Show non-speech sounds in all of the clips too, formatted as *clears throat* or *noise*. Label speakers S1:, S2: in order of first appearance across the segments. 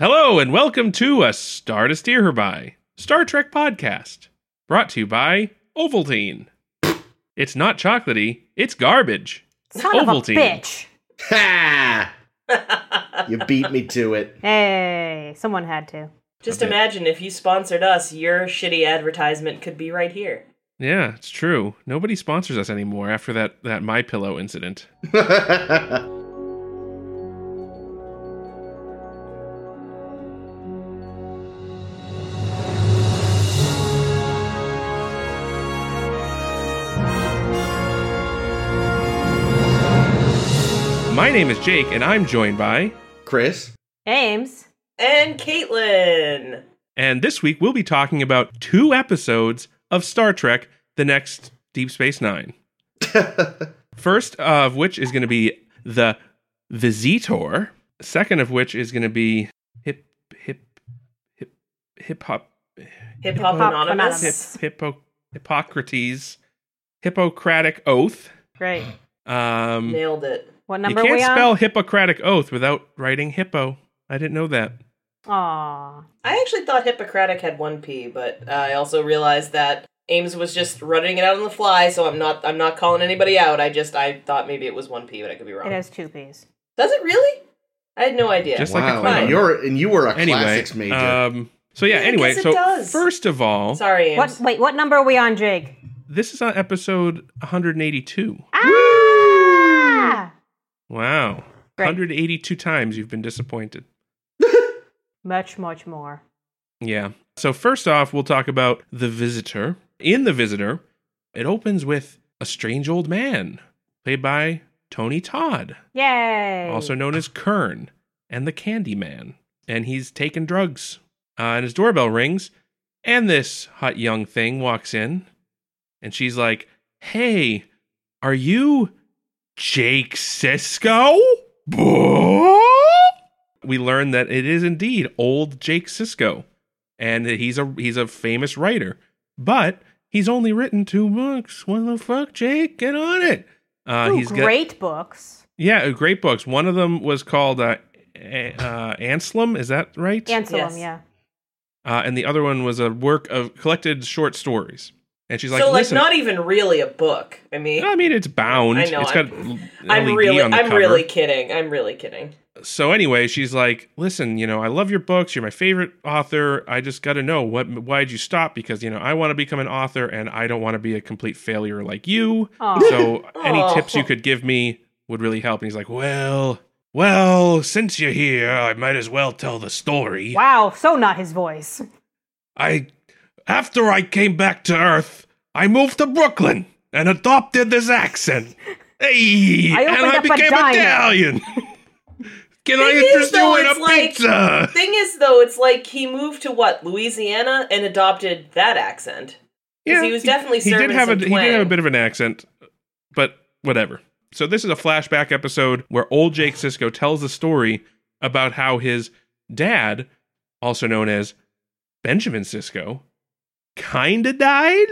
S1: Hello and welcome to a Star to Steer Her By Star Trek podcast, brought to you by Ovaltine. It's not chocolatey, it's garbage.
S2: Son
S1: Ovaltine.
S2: of a bitch.
S3: Ha! you beat me to it. *laughs*
S2: Hey, someone had to.
S4: Just
S1: Okay.
S4: imagine if you sponsored us, your shitty advertisement could be right here.
S1: Yeah, it's true. Nobody sponsors us anymore after that that My Pillow incident. My name is Jake, and I'm joined by.
S3: Chris?
S2: Ames.
S4: And Caitlin!
S1: And this week we'll be talking about two episodes of Star Trek: The Next Deep Space Nine. First of which is going to be the Visitor. Second of which is going to be hip hip hip hip hop
S4: Hip Hop
S2: Hop
S4: Anonymous.
S1: hip
S2: Anonymous.
S1: hippo Hippocrates Hippocratic Oath.
S2: Great.
S1: Um,
S4: Nailed it.
S2: What
S1: you
S2: number
S1: can't
S2: we
S1: spell
S2: on?
S1: Hippocratic Oath without writing hippo. I didn't know that.
S2: Aw.
S4: I actually thought Hippocratic had one P, but I also realized that Ames was just running it out on the fly, so I'm not I'm not calling anybody out. I just I thought maybe it was one P, but I could be wrong.
S2: It has two P's.
S4: Does it really? I had no idea.
S1: Just like a
S3: wow.
S1: clown.
S3: and, you're, and you were a
S1: Anyway,
S3: classics major.
S1: um, so yeah.
S4: Yeah, I
S1: Anyway,
S4: guess it
S1: so
S4: does.
S1: first of all,
S4: Sorry, Ames.
S2: What? Wait, what number are we on, Jake?
S1: this is on episode 182.
S2: Ah!
S1: Wow,
S2: Great.
S1: 182 times you've been disappointed.
S2: Much, much more.
S1: Yeah. So first off, we'll talk about the visitor. In the visitor, it opens with a strange old man played by Tony Todd,
S2: Yay.
S1: also known as Kern and the Candy Man, and he's taking drugs. Uh, and his doorbell rings, and this hot young thing walks in, and she's like, "Hey, are you Jake Sisko?" We learn that it is indeed old Jake Sisko, and that he's a he's a famous writer, but he's only written two books. What the fuck, Jake? Get on it. Uh,
S2: Ooh,
S1: he's got-
S2: great books.
S1: yeah, uh, great books. One of them was called uh, A- uh, Anselm. Is that right?
S2: Anselm,
S4: Yes.
S2: yeah.
S1: uh, and the other one was a work of collected short stories. And she's like,
S4: so like
S1: Listen,
S4: not even really a book. I mean
S1: I mean, it's bound.
S4: I know,
S1: It's got
S4: I'm-
S1: l-
S4: I'm
S1: LED
S4: really
S1: on the
S4: I'm
S1: cover.
S4: really kidding. I'm really kidding.
S1: So anyway, she's like, "Listen, you know, I love your books. You're my favorite author. I just got to know what why'd you stop? Because you know, I want to become an author, and I don't want to be a complete failure like you.
S2: Aw.
S1: So any
S4: Aw.
S1: tips you could give me would really help. And he's like, Well, well, since you're here, I might as well tell the story.
S2: wow, so not his voice.
S1: I after I came back to Earth, I moved to Brooklyn and adopted this accent. Hey,
S2: I
S1: and
S2: opened
S1: I
S2: up a
S1: became
S2: diner.
S4: *laughs*
S1: Italian. Can I
S4: Thing is,
S1: interest
S4: though,
S1: you in
S4: it's
S1: a
S4: like-
S1: pizza?
S4: Thing is, though, it's like he moved to what Louisiana and adopted that accent. 'Cause he was definitely
S1: he did
S4: serving
S1: have a he
S4: some
S1: did have a
S4: twang.
S1: bit of an accent, but whatever. So this is a flashback episode where old Jake Sisko tells the story about how his dad, also known as Benjamin Sisko, kinda died,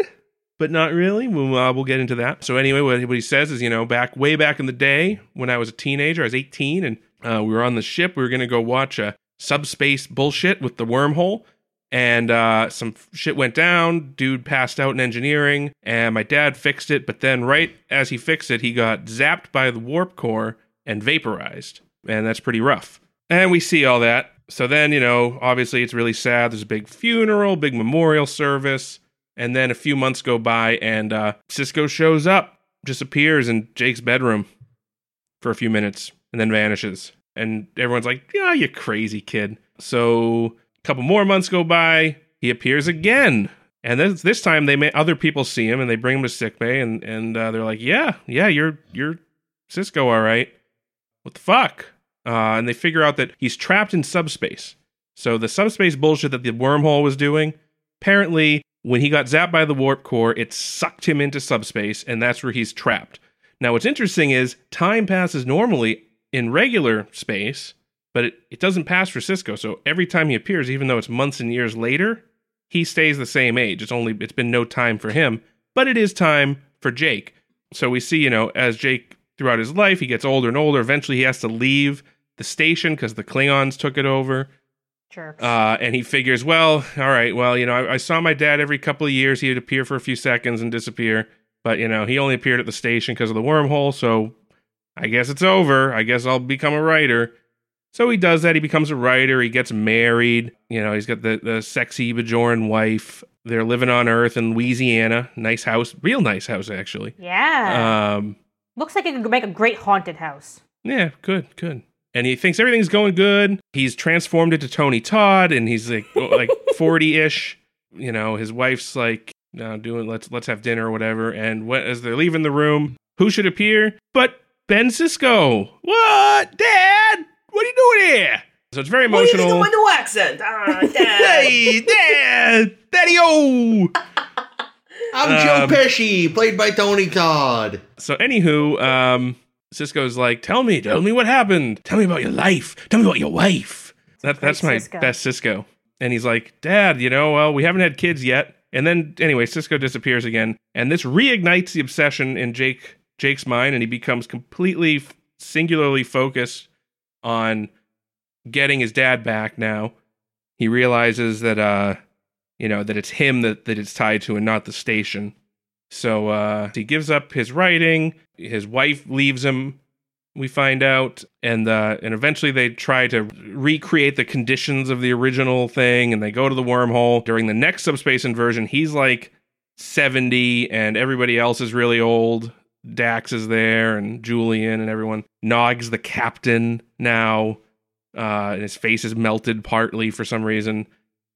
S1: but not really. We'll, uh, we'll get into that. So anyway, what he, what he says is, you know, back way back in the day when I was a teenager, I was 18, and uh, we were on the ship. We were gonna go watch a subspace bullshit with the wormhole and uh, some f- shit went down. Dude passed out in engineering, and my dad fixed it. But then, right as he fixed it, he got zapped by the warp core and vaporized, and that's pretty rough. And we see all that. So then, you know, obviously it's really sad. There's a big funeral, big memorial service, and then a few months go by, and uh, Cisco shows up, just appears in Jake's bedroom for a few minutes, and then vanishes. And everyone's like, "Yeah, you crazy kid." So couple more months go by. He appears again, and this this time they may other people see him and they bring him to sickbay, and and uh, they're like, "Yeah, yeah, you're you're Cisco, all right." What the fuck? Uh, and they figure out that he's trapped in subspace. So the subspace bullshit that the wormhole was doing, apparently, when he got zapped by the warp core, it sucked him into subspace, and that's where he's trapped. Now, what's interesting is time passes normally in regular space, but it, it doesn't pass for Cisco. So every time he appears, even though it's months and years later, he stays the same age. It's only it's been no time for him, but it is time for Jake. So we see, you know, as Jake throughout his life, he gets older and older. Eventually, he has to leave the station because the Klingons took it over.
S2: Jerks.
S1: Uh, and he figures, well, all right, well, you know, I, I saw my dad every couple of years. He would appear for a few seconds and disappear. But, you know, he only appeared at the station because of the wormhole. So I guess it's over. I guess I'll become a writer. So he does that. He becomes a writer. He gets married. You know, he's got the, the sexy Bajoran wife. They're living on Earth in Louisiana. Nice house. Real nice house, actually.
S2: yeah.
S1: Um,
S2: Looks like it could make a great haunted house.
S1: yeah, good, good. And he thinks everything's going good. He's transformed into Tony Todd, and he's like *laughs* oh, like forty ish. You know, his wife's like no, doing let's let's have dinner or whatever. And when, as they're leaving the room, who should appear but Ben Cisco? What, Dad? What are you doing here? So it's very
S4: What do you think
S1: emotional.
S4: of my new accent?
S1: *laughs*
S4: Ah, dad.
S1: hey, Dad, Daddy O.
S3: I'm
S1: Um,
S3: Joe Pesci, played by Tony Todd.
S1: So, anywho, um, Cisco's like, "Tell me, tell me what happened. Tell me about your life. Tell me about your wife." That, that's my
S2: Cisco.
S1: best Cisco. And he's like, "Dad, you know, well, we haven't had kids yet." And then, anyway, Cisco disappears again, and this reignites the obsession in Jake Jake's mind, and he becomes completely f- singularly focused on getting his dad back. Now he realizes that, uh, you know, that it's him that that it's tied to, and not the station. So uh, he gives up his writing. His wife leaves him. We find out, and uh, and eventually they try to recreate the conditions of the original thing, and they go to the wormhole. During the next subspace inversion, he's like seventy, and everybody else is really old. Dax is there, and Julian, and everyone. Nog's the captain now, uh, and his face is melted partly for some reason.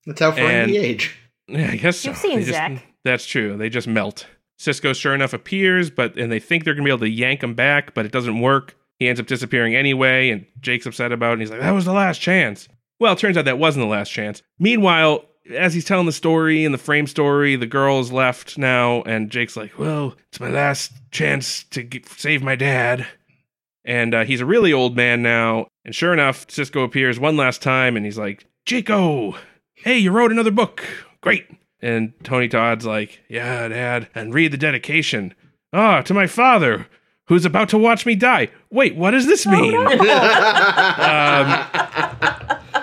S3: That's how
S1: and-
S3: friends age. *laughs*
S1: Yeah, I guess
S2: You've
S1: so.
S2: seen
S1: They just-
S2: Zack.
S1: That's true. They just melt. Cisco, sure enough, appears, but and they think they're gonna be able to yank him back, but it doesn't work. He ends up disappearing anyway, and Jake's upset about it. And he's like, "That was the last chance." Well, it turns out that wasn't the last chance. Meanwhile, as he's telling the story and the frame story, the girl is left now, and Jake's like, "Well, it's my last chance to g save my dad." And uh, he's a really old man now, and sure enough, Cisco appears one last time, and he's like, "Jaco, hey, you wrote another book. Great. And Tony Todd's like, yeah, dad, and read the dedication. Ah, to my father, who's about to watch me die. Wait, what does this mean? Um,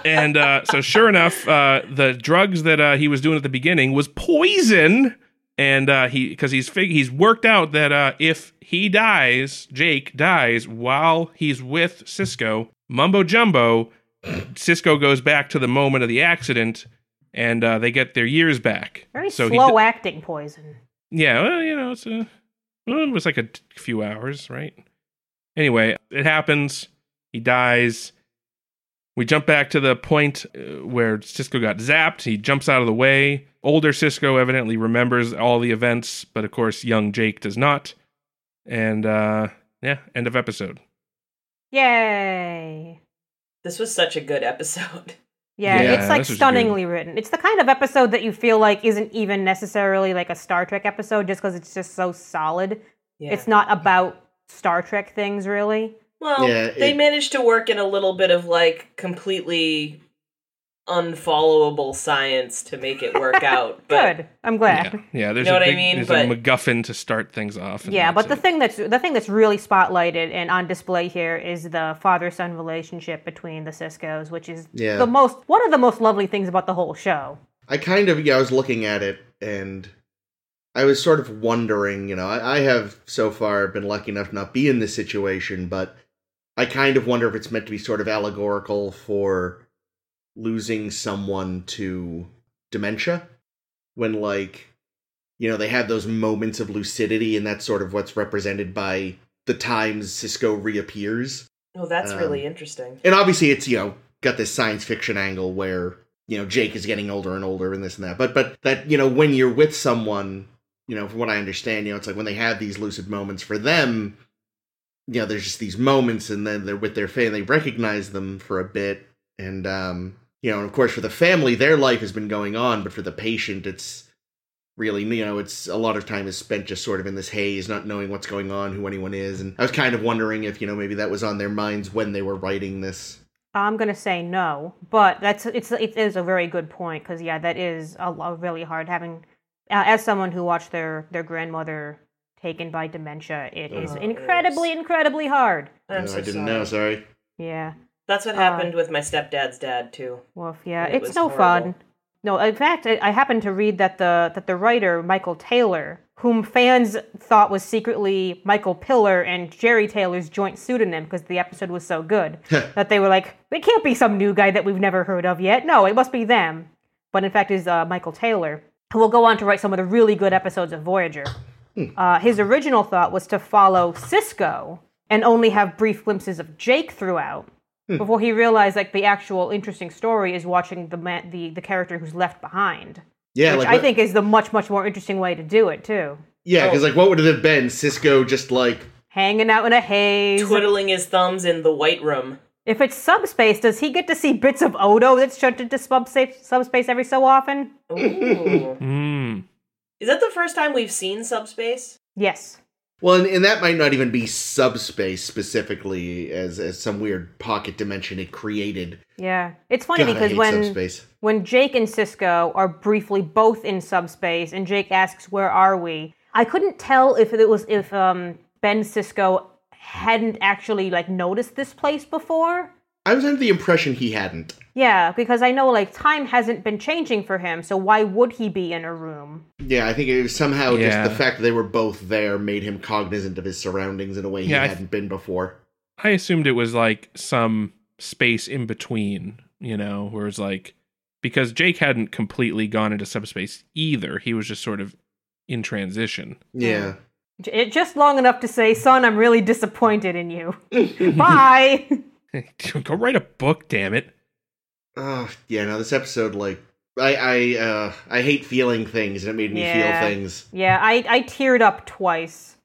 S1: and uh, so, sure enough, uh, the drugs that uh, he was doing at the beginning was poison. And uh, he, because he's fig- he's worked out that uh, if he dies, Jake dies while he's with Cisco, mumbo jumbo, Cisco goes back to the moment of the accident, and uh, they get their years back.
S2: Very
S1: he
S2: slow
S1: d-
S2: acting poison.
S1: yeah, well, you know, it's a, well, it was like a t- few hours, right? Anyway, it happens. He dies. We jump back to the point uh, where Cisco got zapped. He jumps out of the way. Older Cisco evidently remembers all the events, but of course, young Jake does not. And uh, yeah, end of episode.
S2: Yay.
S4: This was such a good episode. *laughs*
S2: Yeah,
S3: Yeah,
S2: it's like
S1: this was good.
S2: stunningly written. It's the kind of episode that you feel like isn't even necessarily like a Star Trek episode just because it's just so solid.
S4: Yeah.
S2: It's not about Star Trek things really.
S4: well,
S3: Yeah,
S4: they
S3: it-
S4: managed to work in a little bit of like completely unfollowable science to make it
S1: *laughs*
S4: work out. But
S2: Good. I'm glad.
S1: Yeah, yeah. There's a
S4: Know what I
S1: big-
S4: mean?
S1: There's a
S4: But-
S1: MacGuffin to start things off. and
S2: Yeah,
S1: that's
S2: but the
S1: it.
S2: thing that's the thing that's really spotlighted and on display here is the father son relationship between the Ciscos, which is
S3: Yeah.
S2: the most one of the most lovely things about the whole show.
S3: I kind of yeah, I was looking at it and I was sort of wondering, you know, I, I have so far been lucky enough to not be in this situation, but I kind of wonder if it's meant to be sort of allegorical for losing someone to dementia when like you know, they have those moments of lucidity and that's sort of what's represented by the times Cisco reappears
S4: oh, that's
S3: Um,
S4: really interesting.
S3: and obviously it's you know got this science fiction angle where you know Jake is getting older and older and this and that but but that you know when you're with someone you know from what I understand you know it's like when they have these lucid moments for them you know there's just these moments and then they're with their family they recognize them for a bit and um you know and of course for the family their life has been going on but for the patient it's really you know it's a lot of time is spent just sort of in this haze not knowing what's going on who anyone is and i was kind of wondering if you know maybe that was on their minds when they were writing this
S2: I'm gonna say no, but that's it's it is a very good point because yeah, that is a, lo- really hard having uh, as someone who watched their their grandmother taken by dementia. It is
S4: Oh,
S2: incredibly incredibly hard.
S4: I'm
S3: No, i
S4: so
S3: didn't
S4: sorry.
S3: know sorry
S2: Yeah,
S4: That's what
S2: Uh,
S4: happened with my stepdad's dad too.
S2: Woof, yeah,
S4: It
S2: it's
S4: was
S2: no
S4: horrible.
S2: fun. No, in fact, I, I happened to read that the that the writer Michael Taylor, whom fans thought was secretly Michael Pillar and Jerry Taylor's joint pseudonym because the episode was so
S4: *laughs*
S2: good, that they were like, it can't be some new guy that we've never heard of yet. No, it must be them. But in fact, is uh, Michael Taylor, who will go on to write some of the really good episodes of Voyager.
S4: Hmm.
S2: Uh, his original thought was to follow Cisco and only have brief glimpses of Jake throughout before he realized like the actual interesting story is watching the man, the the character who's left behind,
S3: Yeah,
S2: which
S3: like
S2: I
S3: what-
S2: think oh. is the much much more interesting way to do it too.
S3: yeah, because like what would it have been? Cisco just like
S2: Hanging out in a haze.
S4: Twiddling his thumbs in the white
S1: *laughs*
S4: room.
S2: If it's subspace, does he get to see bits of Odo that's shunted to subspace, subspace every so often?
S4: Ooh.
S1: Mm.
S4: Is that the first time we've seen subspace?
S2: Yes.
S3: well, and, and that might not even be subspace specifically as as some weird pocket dimension it created.
S2: Yeah. It's funny
S3: God, I
S2: because
S3: hate
S2: when
S3: subspace.
S2: when Jake and Cisco are briefly both in subspace, and Jake asks, "Where are we?" I couldn't tell if it was if um, Ben Cisco hadn't actually like noticed this place before.
S3: I was under the impression he hadn't.
S2: Yeah, because I know like time hasn't been changing for him, so why would he be in a room?
S3: Yeah, I think it was somehow
S1: Yeah.
S3: just the fact that they were both there made him cognizant of his surroundings in a way he
S1: Yeah, I-
S3: hadn't been before.
S1: I assumed it was like some space in between, you know, where it's like because Jake hadn't completely gone into subspace either. He was just sort of in transition. *laughs*
S3: Yeah.
S2: J- it- just long enough to say, "Son, I'm really disappointed in you." *laughs* Bye.
S1: Go write a book, damn it.
S3: Oh, yeah, no, this episode like I I uh I hate feeling things and it made me
S2: Yeah.
S3: feel things.
S2: yeah, I I teared up twice.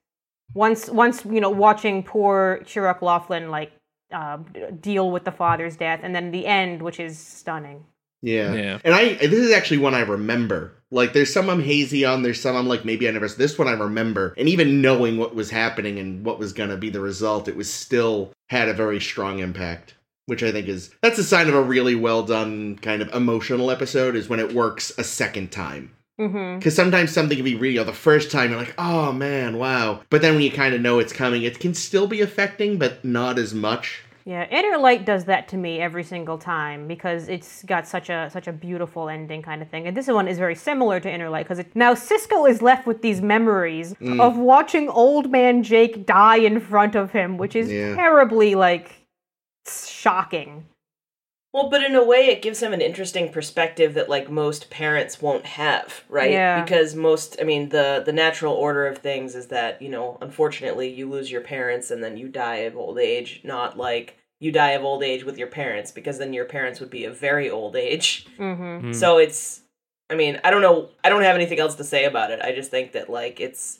S2: Once once you know watching poor Chirrut Laughlin like uh, deal with the father's death, and then the end, which is stunning.
S3: Yeah.
S1: Yeah.
S3: And I this is actually one I remember. Like there's some I'm hazy on, there's some I'm like maybe I never this one I remember. And even knowing what was happening and what was gonna be the result, it was still had a very strong impact. Which I think is that's a sign of a really well done kind of emotional episode is when it works a second time.
S2: Mm-hmm.
S3: Because sometimes something can be real the first time, you're like, oh man, wow. But then when you kind of know it's coming, it can still be affecting, but not as much.
S2: Yeah, Inner Light does that to me every single time because it's got such a such a beautiful ending kind of thing. And this one is very similar to Inner Light because it, now Cisco is left with these memories of watching old man Jake die in front of him, which is
S3: Yeah.
S2: terribly like shocking.
S4: Well, but in a way, it gives him an interesting perspective that like most parents won't have, right?
S2: Yeah.
S4: Because most, I mean, the the natural order of things is that you know, unfortunately, you lose your parents and then you die of old age. Not like you die of old age with your parents, because then your parents would be a very old age.
S2: Mm-hmm.
S1: Mm.
S4: So it's, I mean, I don't know, I don't have anything else to say about it. I just think that like it's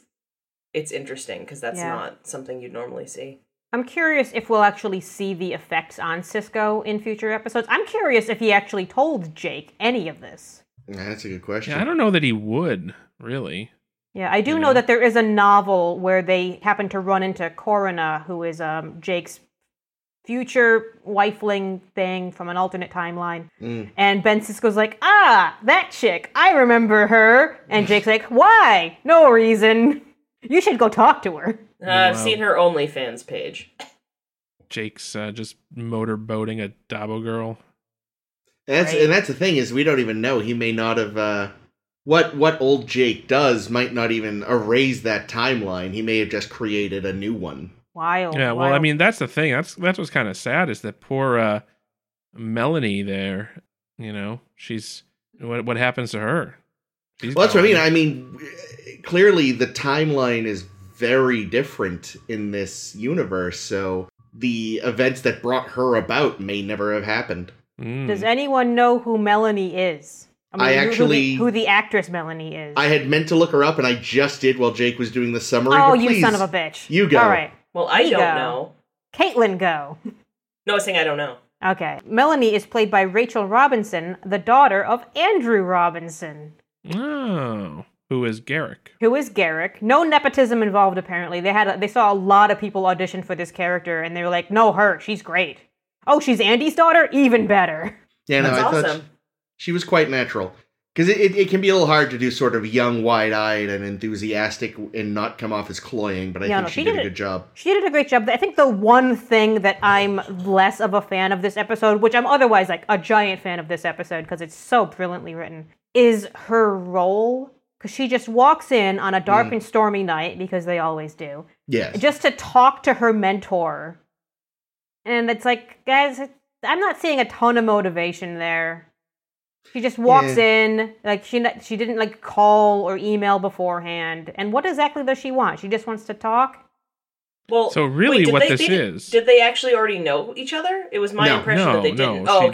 S4: it's interesting because that's
S2: Yeah.
S4: not something you'd normally see.
S2: I'm curious if we'll actually see the effects on Cisco in future episodes. I'm curious if he actually told Jake any of this.
S3: Yeah, that's a good question.
S1: yeah, I don't know that he would, really.
S2: Yeah, I do
S1: You know?
S2: know that there is a novel where they happen to run into Corina, who is um, Jake's future wifeling thing from an alternate timeline.
S3: Mm.
S2: And Ben Sisko's like, ah, that chick, I remember her.
S1: *laughs*
S2: And Jake's like, why? No reason. You should go talk to her.
S4: Uh, I've
S1: Wow.
S4: seen her OnlyFans page.
S1: Jake's uh, just motorboating a Dabo girl.
S3: That's
S2: Right.
S3: and that's the thing is we don't even know. He may not have uh what what old Jake does might not even erase that timeline. He may have just created a new one.
S2: Wild.
S1: yeah, well, I
S2: Oh, wild.
S1: mean, that's the thing. That's that's what's kind of sad is that poor uh, Melanie there. You know, she's what what happens to her? She's
S3: Well, that's what I
S1: gone.
S3: mean. I mean, clearly the timeline is very different in this universe, so the events that brought her about may never have happened.
S1: Mm.
S2: Does anyone know who Melanie is?
S3: I
S2: who- who the-
S3: actually-
S2: Who the, actress Melanie is.
S3: I had meant to look her up, and I just did while Jake was doing the summary.
S2: oh,
S3: but
S2: you
S3: please,
S2: son of a bitch.
S3: you go.
S2: All right.
S4: Well, I
S2: There you
S4: don't
S2: go.
S4: know.
S2: Caitlin, go.
S4: No, I was saying I don't know.
S2: Okay. Melanie is played by Rachel Robinson, the daughter of Andrew Robinson,
S1: Oh, who is Garrick?
S2: who is Garrick. No nepotism involved apparently. They had a, they saw a lot of people audition for this character and they were like, "No, her. She's great." Oh, she's Andy's daughter? Even better.
S3: Yeah, no,
S4: That's
S3: I thought
S4: awesome.
S3: she, she was quite natural. because it, it, it can be a little hard to do sort of young, wide eyed, and enthusiastic and not come off as cloying. But I
S2: Yeah,
S3: think
S2: no,
S3: she
S2: she
S3: did,
S2: did
S3: a
S2: it-
S3: good job.
S2: She did a great job. I think the one thing that I'm less of a fan of this episode, which I'm otherwise like a giant fan of this episode because it's so brilliantly written, is her role. Because she just walks in on a dark and stormy night, because they always do,
S3: Yes.
S2: just to talk to her mentor. And it's like, guys, I'm not seeing a ton of motivation there. She just walks in, like she n- she didn't like call or email beforehand. And what exactly does she want? She just wants to talk.
S4: Well,
S1: So really
S4: did
S1: what
S4: they-
S1: this
S4: they did-
S1: is-
S4: Did they actually already know each other? It was my
S3: No.
S4: impression
S1: No,
S4: that they
S1: no,
S4: didn't.
S1: she
S4: oh, okay.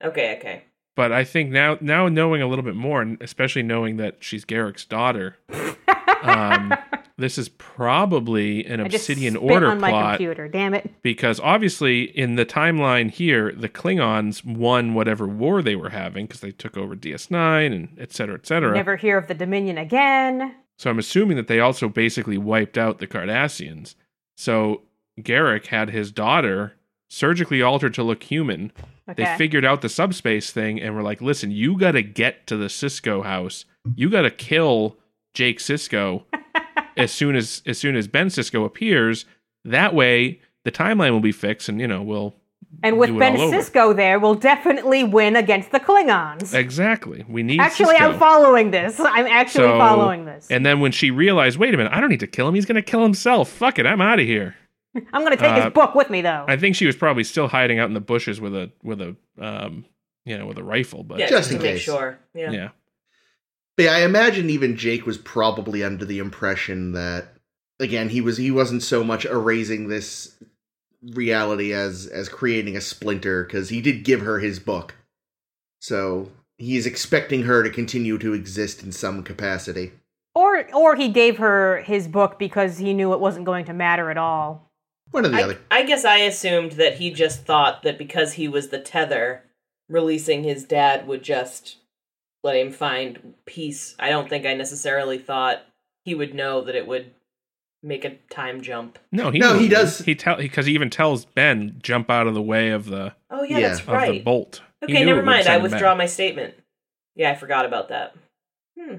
S1: didn't.
S4: Okay, okay.
S1: But I think now, now knowing a little bit more, and especially knowing that she's Garrick's daughter,
S2: *laughs*
S1: um, this is probably an
S2: I just
S1: Obsidian
S2: spit
S1: Order
S2: on my
S1: plot
S2: computer. Damn it!
S1: because obviously in the timeline here, the Klingons won whatever war they were having because they took over DS9 and et cetera, et cetera.
S2: Never hear of the Dominion again.
S1: So I'm assuming that they also basically wiped out the Cardassians. So Garrick had his daughter surgically altered to look human.
S2: Okay.
S1: They figured out the subspace thing and were like, listen, you got to get to the Cisco house. You got to kill Jake
S2: *laughs*
S1: Cisco as soon as as soon as Ben Cisco appears. That way the timeline will be fixed and you know,
S2: *laughs*
S1: we'll
S2: and
S1: do
S2: with
S1: it
S2: Ben
S1: all over.
S2: Cisco there, we'll definitely win against the Klingons.
S1: exactly. We need
S2: actually,
S1: Sisko.
S2: I'm following this. I'm actually
S1: So-
S2: following this.
S1: And then when she realized, wait a minute, I don't need to kill him. He's going to kill himself. Fuck it, I'm out of here.
S2: I'm going to take
S1: uh,
S2: his book with me though.
S1: I think she was probably still hiding out in the bushes with a with a um you know with a rifle, but
S4: Yeah,
S3: Just
S4: to
S3: in
S4: make
S3: case.
S4: sure. Yeah.
S1: yeah.
S3: But yeah, I imagine even Jake was probably under the impression that again he was he wasn't so much erasing this reality as as creating a splinter because he did give her his book, so he's expecting her to continue to exist in some capacity.
S2: or or he gave her his book because he knew it wasn't going to matter at all.
S3: One or the
S4: I,
S3: other.
S4: I guess I assumed that he just thought that because he was the tether, releasing his dad would just let him find peace. I don't think I necessarily thought he would know that it would make a time jump.
S1: No, he
S3: No,
S1: knows
S3: he
S1: that.
S3: does-
S1: He tell because he even tells Ben jump out of the way of the
S4: Oh yeah,
S3: Yeah.
S4: that's
S1: of
S4: right.
S1: the bolt. He
S4: Okay,
S1: knew it
S4: never
S1: would
S4: mind. I
S1: send him
S4: withdraw
S1: back.
S4: my statement. Yeah, I forgot about that. Hmm.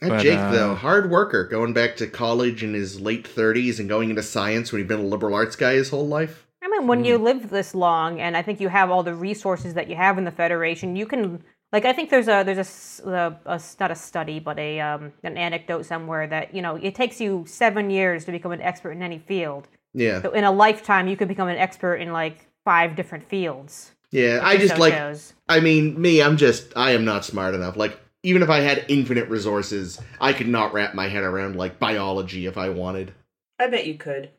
S3: That
S1: But,
S3: Jake
S1: uh,
S3: though, hard worker, going back to college in his late thirties and going into science when he'd been a liberal arts guy his whole life.
S2: I mean, when
S3: Hmm.
S2: you live this long, and I think you have all the resources that you have in the Federation, you can like I think there's a there's a s- a, a s- not a study but a um, an anecdote somewhere that you know it takes you seven years to become an expert in any field.
S3: Yeah,
S2: So in a lifetime, you could become an expert in like five different fields.
S3: yeah. I just
S2: So
S3: like
S2: shows.
S3: I mean, me, I'm just, I am not smart enough. Like, even if I had infinite resources, I could not wrap my head around, like, biology if I wanted.
S4: I bet you could.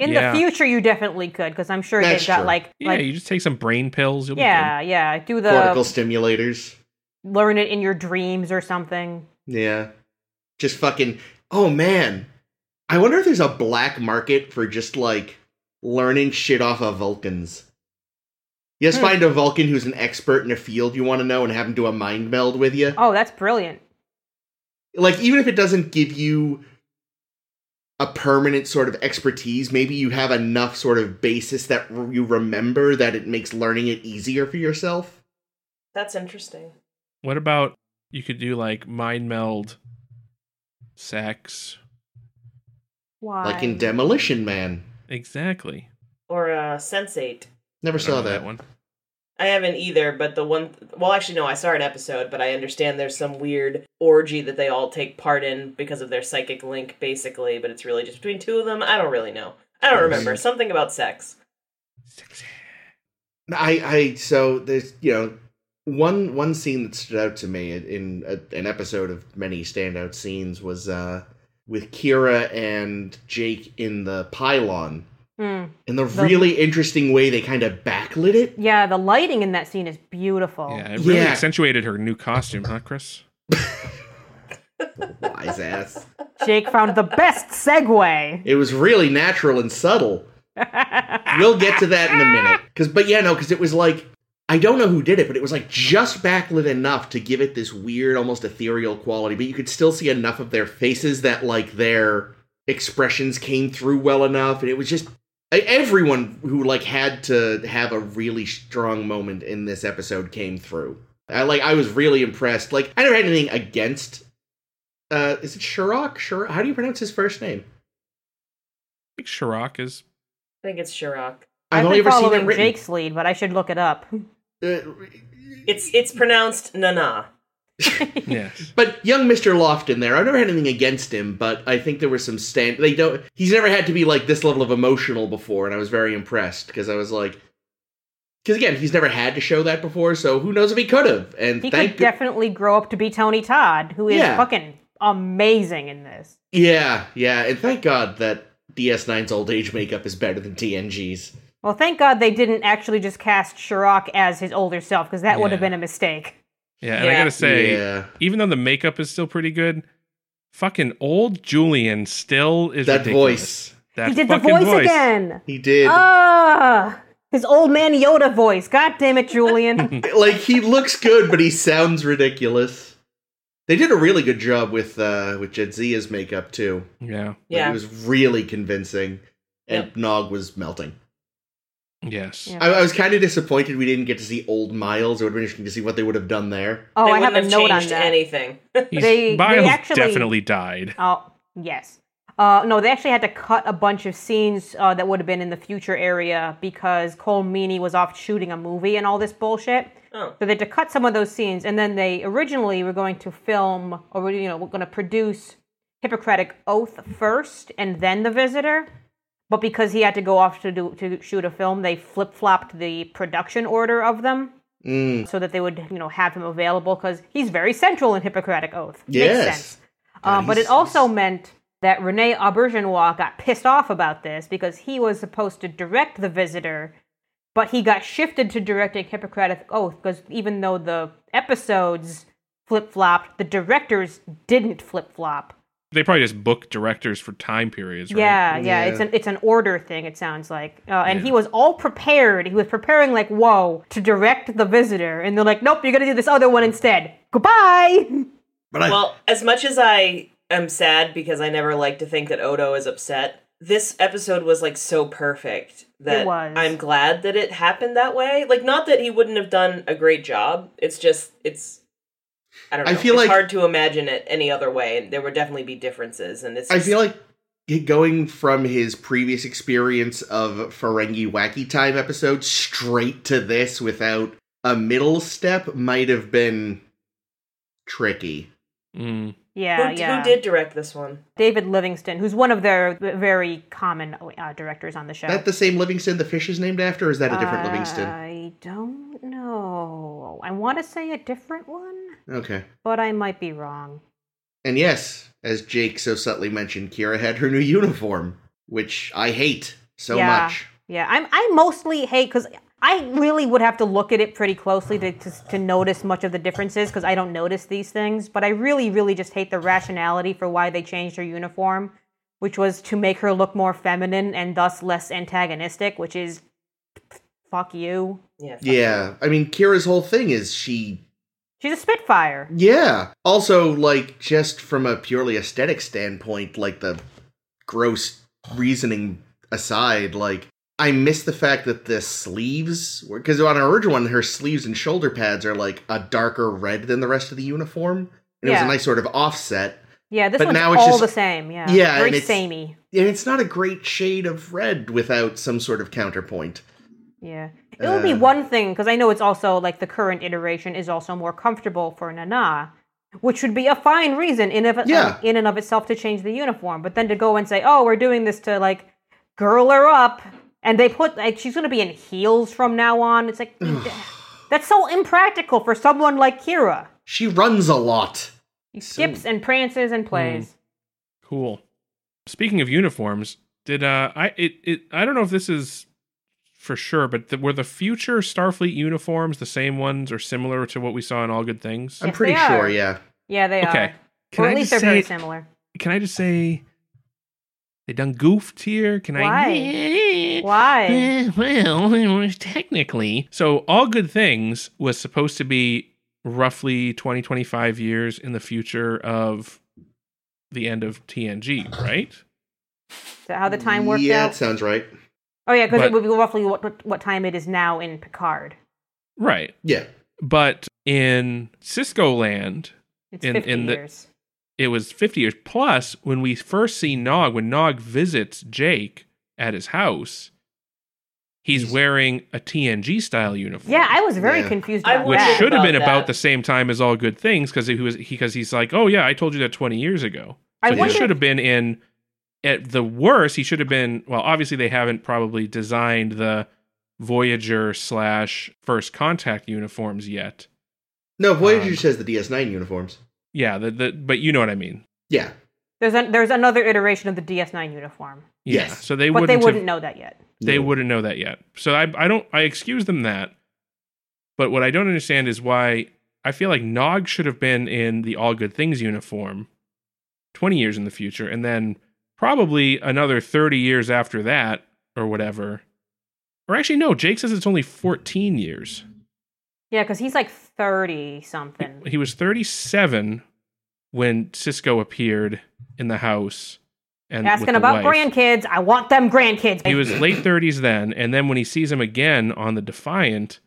S2: in
S1: Yeah.
S2: the future, you definitely could because I'm sure
S3: That's
S2: they've got
S3: true.
S2: like
S1: Yeah,
S2: like
S1: you just take some brain pills. You'll
S2: yeah yeah do the
S3: Cortical stimulators.
S2: learn it in your dreams or something.
S3: Yeah. Just fucking, oh man. I wonder if there's a black market for just, like, learning shit off of Vulcans. You just
S2: Hmm.
S3: find a Vulcan who's an expert in a field you want to know and have him do a mind meld with you.
S2: Oh, that's brilliant.
S3: like even if it doesn't give you a permanent sort of expertise maybe you have enough sort of basis that r- you remember that it makes learning it easier for yourself
S4: That's interesting.
S1: Be good. What about you could do like mind meld, sex,
S2: Why?
S3: like in demolition man
S1: exactly.
S4: Or uh, sensate.
S3: never
S1: I
S3: saw
S1: don't know
S3: that,
S1: one.
S4: I haven't either, but the one. Well, actually, no, I saw an episode, but I understand there's some weird orgy that they all take part in because of their psychic link, basically, but it's really just between two of them. I don't really know. I don't remember.
S3: Mm-hmm.
S4: Something about sex.
S1: Sexy.
S3: i i so there's you know one one scene that stood out to me in, in a, an episode of many standout scenes was uh with kira and jake in the pylon
S2: Hmm.
S3: and the,
S2: The-
S3: really interesting way they kind of backlit it
S2: Yeah, the lighting in that scene is beautiful.
S1: Yeah, it really
S3: Yeah.
S1: accentuated her new costume, huh, Chris?
S3: wise ass
S2: *laughs* Jake found the best segue.
S3: It was really natural and subtle. We'll get to that in a
S2: *laughs*
S3: minute. Cause, but yeah, no, because it was like I don't know who did it, but it was like just backlit enough to give it this weird, almost ethereal quality. But you could still see enough of their faces that like their expressions came through well enough, and it was just e-, I, everyone who like had to have a really strong moment in this episode came through. I like I was really impressed. Like I never had anything against uh is it Shirok? Shirok? How do you pronounce his first name?
S1: I think Shirok
S2: *laughs*
S1: is
S4: I think it's Shirok.
S2: I've,
S3: I've only
S2: been
S3: ever seen it
S2: following
S3: written.
S2: Jake's lead, but I should look it up.
S3: Uh,
S4: It's it's pronounced Nana.
S1: yes.
S3: But young Mr. Lofton there, I've never had anything against him, but I think there was some stand they don't he's never had to be like this level of emotional before, and I was very impressed because I was like because again, he's never had to show that before, so who knows if he could have. And
S2: He
S3: thank
S2: could
S3: goo-
S2: definitely grow up to be Tony Todd, who is
S3: Yeah.
S2: fucking amazing in this.
S3: Yeah, yeah, and thank God that DS9's old age makeup is better than TNG's.
S2: Well, thank God they didn't actually just cast Shirok as his older self, because that would have
S1: Yeah.
S2: been a mistake.
S1: Yeah, and I
S4: Yeah.
S1: gotta say,
S3: yeah.
S1: even though the makeup is still pretty good, fucking old Julian still is
S3: that
S1: ridiculous.
S3: voice.
S1: That
S2: he did the
S1: fucking
S2: voice, again.
S3: He did.
S2: Ah, his old man Yoda voice. God damn it,
S3: *laughs*
S2: Julian.
S3: like he looks good, but he sounds ridiculous. They did a really good job with uh with Jedzia's makeup too.
S1: Yeah.
S3: Like,
S4: Yeah.
S3: it was really convincing, and
S4: Yep.
S3: Nog was melting.
S1: Yes.
S2: Yeah.
S3: I, I was kind of disappointed we didn't get to see old Miles. It would have been interesting to see what they would have done there.
S2: Oh,
S4: they
S2: I have
S4: wouldn't
S2: a
S4: have
S2: note on
S4: changed
S2: that.
S4: anything. *laughs*
S1: He's,
S2: They- they
S1: Miles
S2: actually-
S1: definitely died.
S2: Oh, yes. Uh, no, they actually had to cut a bunch of scenes uh, that would have been in the future area because Cole Meany was off shooting a movie and all this bullshit.
S4: Oh.
S2: So they had to cut some of those scenes, and then they originally were going to film, or were, you know, were going to produce Hippocratic Oath first, and then The Visitor. But because he had to go off to do to shoot a film, they flip flopped the production order of them
S3: Mm,
S2: so that they would, you know, have him available because he's very central in Hippocratic Oath. Makes sense.
S3: yes,
S2: Um,
S3: Yeah,
S2: but
S3: he's-
S2: it also
S3: he's-
S2: meant that Rene Auberginois got pissed off about this because he was supposed to direct The Visitor, but he got shifted to directing Hippocratic Oath because even though the episodes flip flopped, the directors didn't flip flop.
S1: They probably just book directors for time periods, right?
S2: Yeah, yeah,
S3: Yeah.
S2: it's an it's an order thing. It sounds like, uh, and he was all prepared. He was preparing like, whoa, to direct the visitor, and they're like, nope, you're gonna do this other one instead. Goodbye. *laughs*
S3: but *laughs* I,
S4: Well, as much as I am sad because I never like to think that Odo is upset, this episode was like so perfect that
S2: It was.
S4: I'm glad that it happened that way. Like, not that he wouldn't have done a great job. It's just it's. I don't know.
S3: I feel
S4: it's
S3: like-
S4: hard to imagine it any other way, and there would definitely be differences. And it's
S3: I
S4: just-
S3: feel like he- going from his previous experience of Ferengi Wacky Time episode straight to this without a middle step might have been tricky.
S1: Mm.
S4: who,
S2: Yeah,
S4: who
S2: yeah.
S4: did direct this one?
S2: David Livingston, who's one of their very common uh, directors on the show.
S3: Is that the same Livingston the fish is named after, or is that a different
S4: Uh,
S3: Livingston?
S2: I don't know. I want to say a different one,
S3: Okay.
S2: but I might be wrong.
S3: And yes, as Jake so subtly mentioned, Kira had her new uniform, which I hate so
S2: Yeah.
S3: much.
S2: Yeah, I'm. I mostly hate because I really would have to look at it pretty closely to to, to notice much of the differences because I don't notice these things. But I really, really just hate the rationality for why they changed her uniform, which was to make her look more feminine and thus less antagonistic. Which is, fuck you.
S4: Yeah. fuck
S3: Yeah. I mean, Kira's whole thing is she.
S2: She's a Spitfire.
S3: Yeah. Also, like, just from a purely aesthetic standpoint, like the gross reasoning aside, like, I miss the fact that the sleeves were. Because on her original one, her sleeves and shoulder pads are, like, a darker red than the rest of the uniform. And it was
S2: Yeah.
S3: a nice sort of offset.
S2: Yeah, this
S3: But
S2: one's
S3: now it's
S2: all
S3: just-
S2: the same. Yeah,
S3: Yeah,
S2: very
S3: and it's-
S2: samey.
S3: And it's not a great shade of red without some sort of counterpoint.
S2: Yeah. It would be
S3: Uh,
S2: one thing, because I know it's also like the current iteration is also more comfortable for Nana, which would be a fine reason in, of, uh,
S3: Yeah.
S2: in and of itself to change the uniform. But then to go and say, oh, we're doing this to like girl her up, and they put like she's going to be in heels from now on. It's like, that's so impractical for someone like Kira.
S3: She runs a lot.
S2: He skips and prances
S3: Hmm.
S2: and plays.
S1: Cool. Speaking of uniforms, did uh I it, it I don't know if this is for sure, but th- were the future Starfleet uniforms the same ones or similar to what we saw in All Good Things?
S3: I'm
S2: Yes,
S3: pretty
S2: they are.
S3: sure, yeah.
S2: Yeah, they
S1: Okay.
S2: are.
S1: Uh, Can
S2: or at
S1: I
S2: least
S1: just
S2: they're very
S1: say
S2: similar.
S1: can I just say they done goofed here? Can *laughs* I
S2: Why?
S1: Eh, Well, *laughs* it was technically. So, All Good Things was supposed to be roughly 20, 25 years in the future of the end of TNG, right?
S2: Is that how the time worked
S3: Yeah, it
S2: out?
S3: sounds right.
S2: Oh, yeah, because it
S1: But-
S2: would be roughly what, what, what time it is now in Picard.
S1: Right.
S3: Yeah.
S1: But in Cisco Land,
S2: It's
S1: In-
S2: 50
S1: in the-
S2: years.
S1: it was 50 years plus when we first see Nog when Nog visits Jake at his house he's,
S3: He's-
S1: wearing a TNG style uniform
S2: yeah, I was very
S3: Yeah.
S2: confused
S4: I
S2: about
S1: which
S4: wondered
S2: that.
S1: should have been
S4: about
S1: about
S4: that.
S1: the same time as all good things because he was because he's like oh yeah I told you that 20 years ago
S2: I
S1: so he
S2: wonder-
S1: should have been in at the worst he should have been well obviously they haven't probably designed the Voyager slash first contact uniforms yet
S3: No, Voyager
S1: Um,
S3: says the DS9 uniforms.
S1: yeah the, the but you know what I mean
S3: Yeah,
S2: There's an there's another iteration of the DS9 uniform,
S1: yeah
S3: Yes.
S1: so they
S2: but
S1: wouldn't
S2: they
S1: have-
S2: wouldn't know that yet.
S1: they
S3: No.
S1: wouldn't know that yet. So I I don't I excuse them that. But what I don't understand is why I feel like Nog should have been in the All Good Things uniform 20 years in the future and then probably another 30 years after that or whatever. Or actually no, Jake says it's only 14 years.
S2: Yeah, because he's like thirty something.
S1: He was 37 when Cisco appeared in the house and with
S2: asking
S1: the
S2: about
S1: wife.
S2: grandkids. I want them grandkids.
S1: he
S2: baby.
S1: was late 30s then and then when he sees him again on the defiant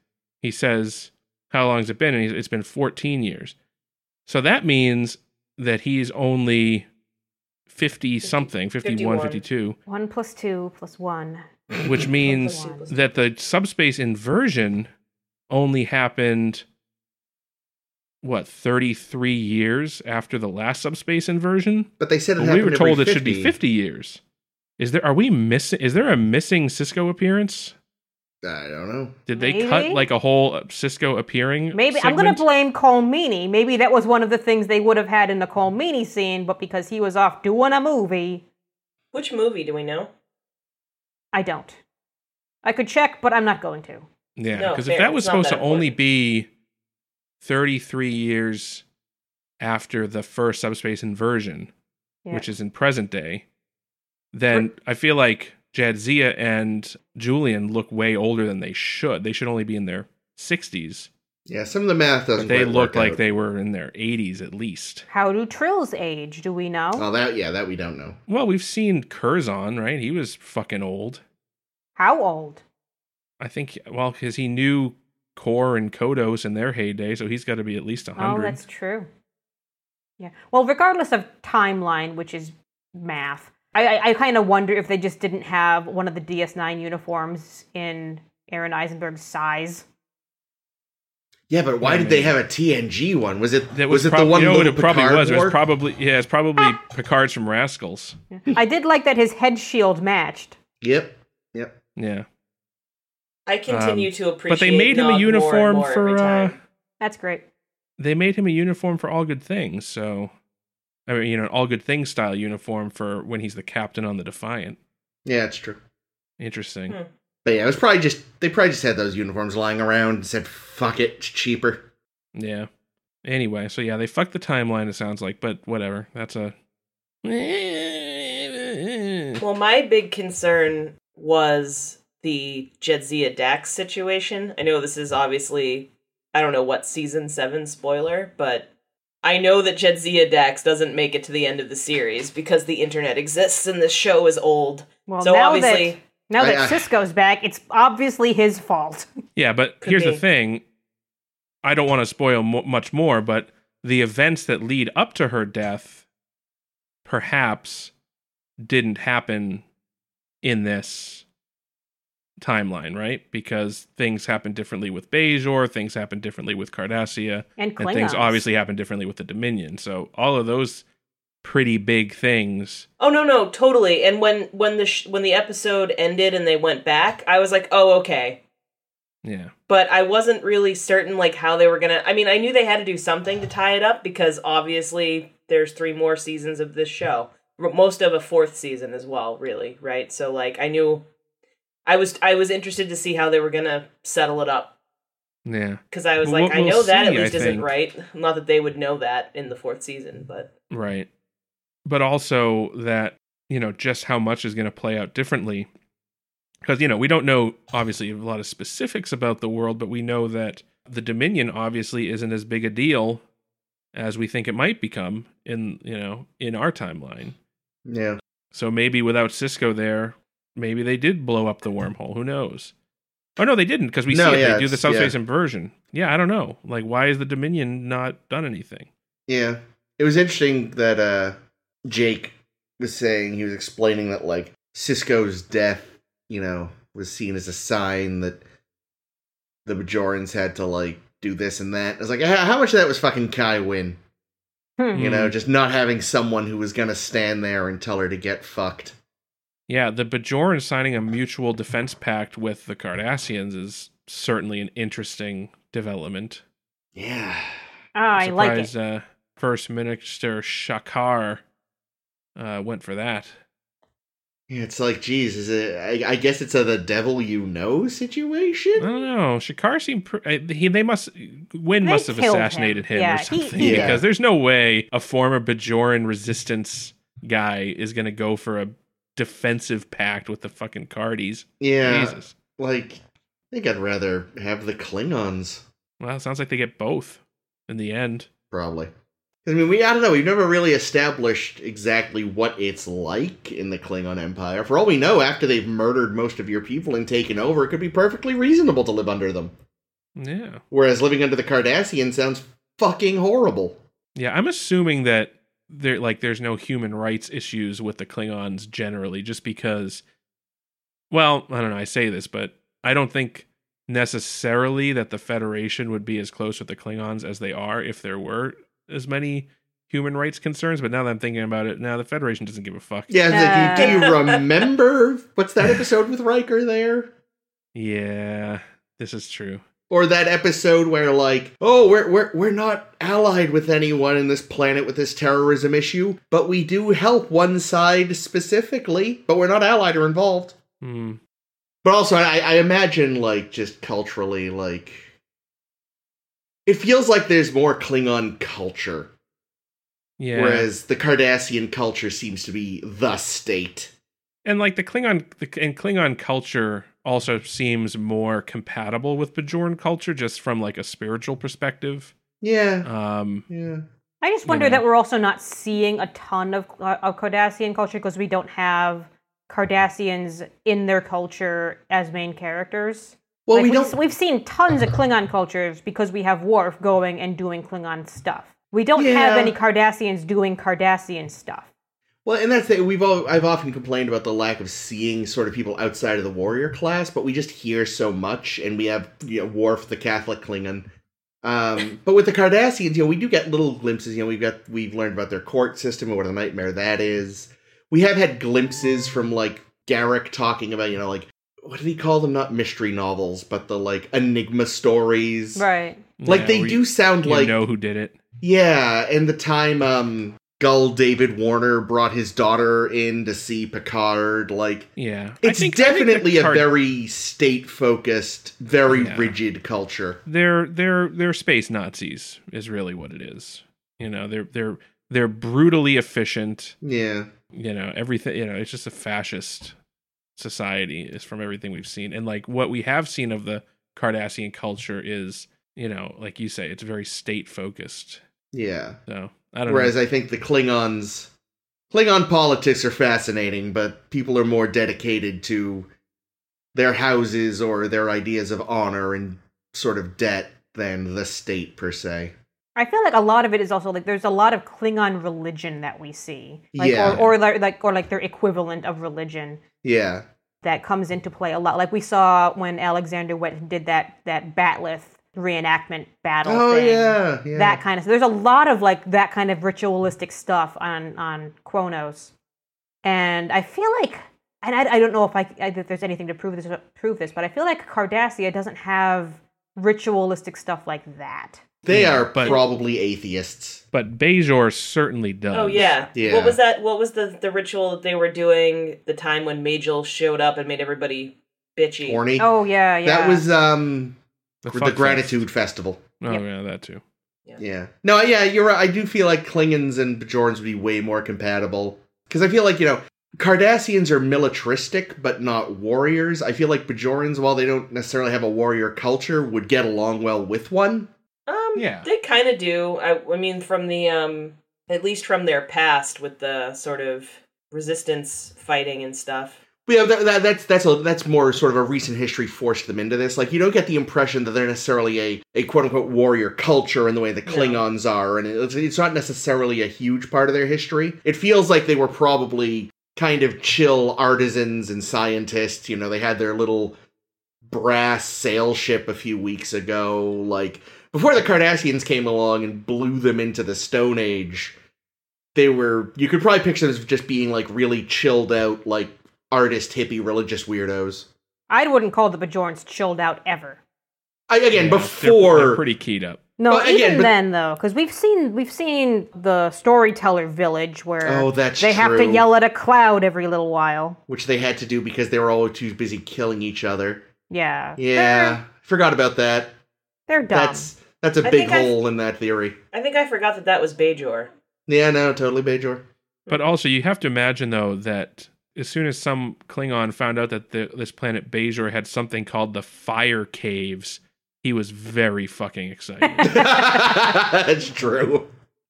S1: he says how long's it been and he's, it's been 14 years so that means that he's only 50 something 51
S4: 51.
S1: 52
S2: one plus two plus one.
S1: which means
S2: One.
S1: that the subspace inversion only happened what 33 years after the last subspace inversion
S3: But they said it
S1: But we were
S3: happened
S1: told
S3: every
S1: it should be 50 years is there are we missing is there a missing cisco appearance
S3: I don't know.
S1: Did they cut
S2: Maybe.
S1: like a whole uh, Cisco appearing?
S2: Maybe I'm going
S1: segment?
S2: to blame Colmini. Maybe that was one of the things they would have had in the Colmini scene, but because he was off doing a movie,
S4: Which movie do we know?
S2: I don't. I could check, but I'm not going to.
S1: Yeah,
S4: No,
S1: because if
S4: fair.
S1: that was
S4: It's not
S1: supposed
S4: that
S1: to only
S4: important.
S1: be 33 years after the first subspace inversion,
S2: Yeah.
S1: which is in present day, then I feel like Jadzia and Julian look way older than they should. They should only be in their 60s.
S3: Yeah, some of the math doesn't.
S1: But they
S3: quite
S1: look
S3: work
S1: like
S3: out.
S1: they were in their 80s at least.
S2: How do Trills age? Do we know?
S3: Well, that yeah, that we don't know.
S1: Well, we've seen Curzon, right? He was fucking old.
S2: How old?
S1: I think well because he knew Core and Kodos in their heyday, so he's got to be at least
S2: Oh,
S1: hundred.
S2: that's true. Yeah. Well, regardless of timeline, which is math, I, I, I kind of wonder if they just didn't have one of the DS9 uniforms in Aaron Eisenberg's size.
S3: Yeah, but why
S1: Yeah,
S3: did they
S1: maybe.
S3: have a TNG one? Was it
S1: that
S3: was, it
S1: prob-
S3: the one
S1: you know what
S3: little
S1: it probably
S3: Picard
S1: was. It
S3: wore?
S1: was probably yeah, it's probably
S2: Ah.
S1: Picard's from Rascals.
S2: Yeah. I did like that his head shield matched.
S3: yep, yep.
S1: Yeah,
S4: I continue to appreciate.
S1: Um, but they made him a
S4: Nog
S1: uniform
S4: more and more
S1: for.
S4: every
S1: Uh,
S4: time.
S2: That's great.
S1: they made him a uniform for All Good Things. So, I mean, you know, an All Good Things style uniform for when he's the captain on the Defiant.
S3: Yeah, it's true.
S1: Interesting.
S4: Hmm.
S3: But yeah, it was probably just they probably just had those uniforms lying around and said, "Fuck it, it's cheaper."
S1: Yeah. Anyway, so yeah, they fucked the timeline. It sounds like, but whatever. That's a.
S4: Well, my big concern was the Jedzia Dax situation. I know this is obviously, I don't know what season seven spoiler, but I know that Jedzia Dax doesn't make it to the end of the series because the internet exists and this show is old.
S2: Well,
S4: so
S2: now
S4: obviously,
S2: that now
S3: I- I-
S2: that Cisco's back, it's obviously his fault. *laughs*
S1: Yeah, but
S4: Could
S1: here's the
S4: be.
S1: thing. I don't want to spoil mo- much more, but the events that lead up to her death perhaps didn't happen in this timeline, right? Because things happen differently with Bejor, things happen differently with Cardassia,
S2: And Klingons.
S1: and things obviously happen differently with the Dominion. So all of those pretty big things.
S4: oh no, no, totally. And when when the sh- when the episode ended and they went back, I was like, oh okay,
S1: Yeah.
S4: but I wasn't really certain like how they were gonna. I mean, I knew they had to do something to tie it up because obviously there's three more seasons of this show, R- most of a fourth season as well, really, right? So like I knew, I was I was interested to see how they were gonna settle it up
S1: Yeah.
S4: because I was
S1: Well,
S4: like
S1: what
S4: I
S1: we'll
S4: know that at
S1: see, I
S4: least isn't
S1: think.
S4: right. Not that they would know that in the fourth season, but
S1: Right. But also that, you know, just how much is going to play out differently. Because, you know, we don't know, obviously, a lot of specifics about the world, but we know that the Dominion obviously isn't as big a deal as we think it might become in, you know, in our timeline.
S3: Yeah,
S1: So maybe without Cisco there, maybe they did blow up the wormhole. Who knows? Oh no, they didn't because we
S3: No,
S1: see it.
S3: yeah,
S1: they do the
S3: it's-
S1: subspace
S3: yeah.
S1: inversion. Yeah, I don't know. Like, why is the Dominion not done anything?
S3: Yeah. It was interesting that uh Jake was saying he was explaining that like Cisco's death, you know, was seen as a sign that the Bajorans had to like do this and that. I was like, how how much of that was fucking Kai Win?
S2: Hmm.
S3: You know, just not having someone who was gonna stand there and tell her to get fucked.
S1: Yeah, the Bajoran signing a mutual defense pact with the Cardassians is certainly an interesting development.
S3: Yeah.
S2: Ah, I like it.
S1: Surprised, Uh, First Minister Shakar uh, went for that.
S3: Yeah, It's like, geez, is it? I, I guess it's a the devil you know situation.
S1: I don't know. Shakar seemed pr- uh, he. They must. Wynn
S2: They
S1: must have
S2: killed him.
S1: assassinated him,
S2: Yeah,
S1: or
S2: he-
S1: something
S3: he- Yeah.
S1: because there's no way a former Bajoran resistance guy is going to go for a defensive pact with the fucking Cardis.
S3: Yeah,
S1: Jesus.
S3: like I think I'd rather have the Klingons.
S1: Well, it sounds like they get both in the end.
S3: probably. I mean, we I don't know. We've never really established exactly what it's like in the Klingon Empire. For all we know, after they've murdered most of your people and taken over, it could be perfectly reasonable to live under them.
S1: Yeah.
S3: Whereas living under the Cardassians sounds fucking horrible.
S1: Yeah, I'm assuming that there like there's no human rights issues with the Klingons generally just because well, I don't know, I say this, but I don't think necessarily that the Federation would be as close with the Klingons as they are if there were as many human rights concerns, but now that I'm thinking about it, now the Federation doesn't give a fuck.
S3: Yeah, it's like, do you remember what's that episode with Riker there?
S1: Yeah, this is true.
S3: Or that episode where like, oh, we're we're we're not allied with anyone in this planet with this terrorism issue, but we do help one side specifically, but we're not allied or involved.
S1: Hmm.
S3: But also, I, I imagine, like, just culturally, like, it feels like there's more Klingon culture,
S1: Yeah.
S3: whereas the Cardassian culture seems to be the state.
S1: and like the Klingon the, and Klingon culture also seems more compatible with Bajoran culture just from like a spiritual perspective.
S3: Yeah,
S1: Um,
S3: yeah.
S2: I just
S1: you
S2: wonder
S1: know.
S2: that we're also not seeing a ton of of Cardassian culture because we don't have Cardassians in their culture as main characters.
S3: Well,
S2: Like,
S3: we
S2: we've-
S3: don't.
S2: We've seen tons of Klingon cultures because we have Worf going and doing Klingon stuff. We don't have
S3: Yeah.
S2: any Cardassians doing Cardassian stuff.
S3: Well, and that's it. We've all I've often complained about the lack of seeing sort of people outside of the warrior class, but we just hear so much, and we have you know, Worf, the Catholic Klingon.
S1: *laughs*
S3: Um, but with the Cardassians, you know, we do get little glimpses. You know, we've got we've learned about their court system and what a nightmare that is. We have had glimpses from like Garrick talking about you know like what did he call them? Not mystery novels, but the like enigma stories.
S2: Right.
S3: Like
S1: yeah,
S3: they
S1: we-
S3: do sound
S1: You
S3: like
S1: know who did it?
S3: yeah, and the time um Gull David Warner brought his daughter in to see Picard, like
S1: Yeah, I
S3: it's
S1: think- I think the
S3: definitely a
S1: Card-
S3: very state focused, very
S1: Yeah.
S3: rigid culture.
S1: they're they're they're space Nazis is really what it is. You know, they're they're they're brutally efficient.
S3: Yeah.
S1: You know, everything. You know, it's just a fascist society is from everything we've seen, and like what we have seen of the Cardassian culture is, you know, like you say, it's very state focused.
S3: Yeah.
S1: So I don't
S3: Whereas
S1: know.
S3: I think the Klingons Klingon politics are fascinating, but people are more dedicated to their houses or their ideas of honor and sort of debt than the state per se.
S2: I feel like a lot of it is also like there's a lot of Klingon religion that we see, like
S3: Yeah.
S2: or, or like or like their equivalent of religion.
S3: Yeah.
S2: that comes into play a lot. Like we saw when Alexander went and did that that Batleth reenactment battle.
S3: Oh
S2: thing.
S3: yeah, yeah.
S2: That kind of there's a lot of like that kind of ritualistic stuff on on Kronos, and I feel like, and I, I don't know if I, I if there's anything to prove this prove this, but I feel like Cardassia doesn't have ritualistic stuff like that.
S3: They
S1: Yeah,
S3: are
S1: but-
S3: probably atheists.
S1: but Bejor certainly does.
S4: Oh yeah.
S3: Yeah.
S4: What was that? What was the the ritual that they were doing? The time when Majel showed up and made everybody bitchy.
S3: Horny.
S2: Oh yeah, yeah.
S3: That was um the,
S1: fuck
S3: gratitude festival.
S1: fest. Oh
S2: Yep.
S1: yeah, that too.
S3: Yeah. No, yeah, you're right. I do feel like Klingons and Bajorans would be way more compatible cuz I feel like, you know, Cardassians are militaristic but not warriors. I feel like Bajorans while they don't necessarily have a warrior culture would get along well with one.
S4: Um,
S1: Yeah.
S4: they kind of do. I, I mean, from the um, at least from their past with the sort of resistance fighting and stuff.
S3: But yeah, that, that, that's that's a, that's more sort of a recent history forced them into this. Like you don't get the impression that they're necessarily a, a quote unquote warrior culture in the way the
S4: No.
S3: Klingons are, and it's, it's not necessarily a huge part of their history. It feels like they were probably kind of chill artisans and scientists. You know, they had their little brass sail ship a few weeks ago. Like before the Cardassians came along and blew them into the Stone Age, they were. You could probably picture them as just being like really chilled out, like artist hippie religious weirdos.
S2: I wouldn't call the Bajorans chilled out ever.
S3: I, again,
S1: Yeah, they're-
S3: before
S1: they're pretty keyed up.
S2: No,
S3: Well, again,
S2: even
S3: but-
S2: then though, because we've seen we've seen the storyteller village where
S3: oh, that's
S2: they have to
S3: true,
S2: yell at a cloud every little while.
S3: which they had to do because they were all too busy killing
S2: *laughs*
S3: each other.
S2: Yeah,
S3: Yeah,
S2: they're,
S3: forgot about that.
S2: they're dumb.
S3: That's that's a
S4: I
S3: big
S4: think I-
S3: hole in that theory.
S4: I think I forgot that that was Bajor.
S3: Yeah, no, totally, Bajor. *laughs*
S1: But also, you have to imagine though that as soon as some Klingon found out that the, this planet Bajor had something called the Fire Caves, he was very fucking
S3: *laughs*
S1: excited.
S3: that's true.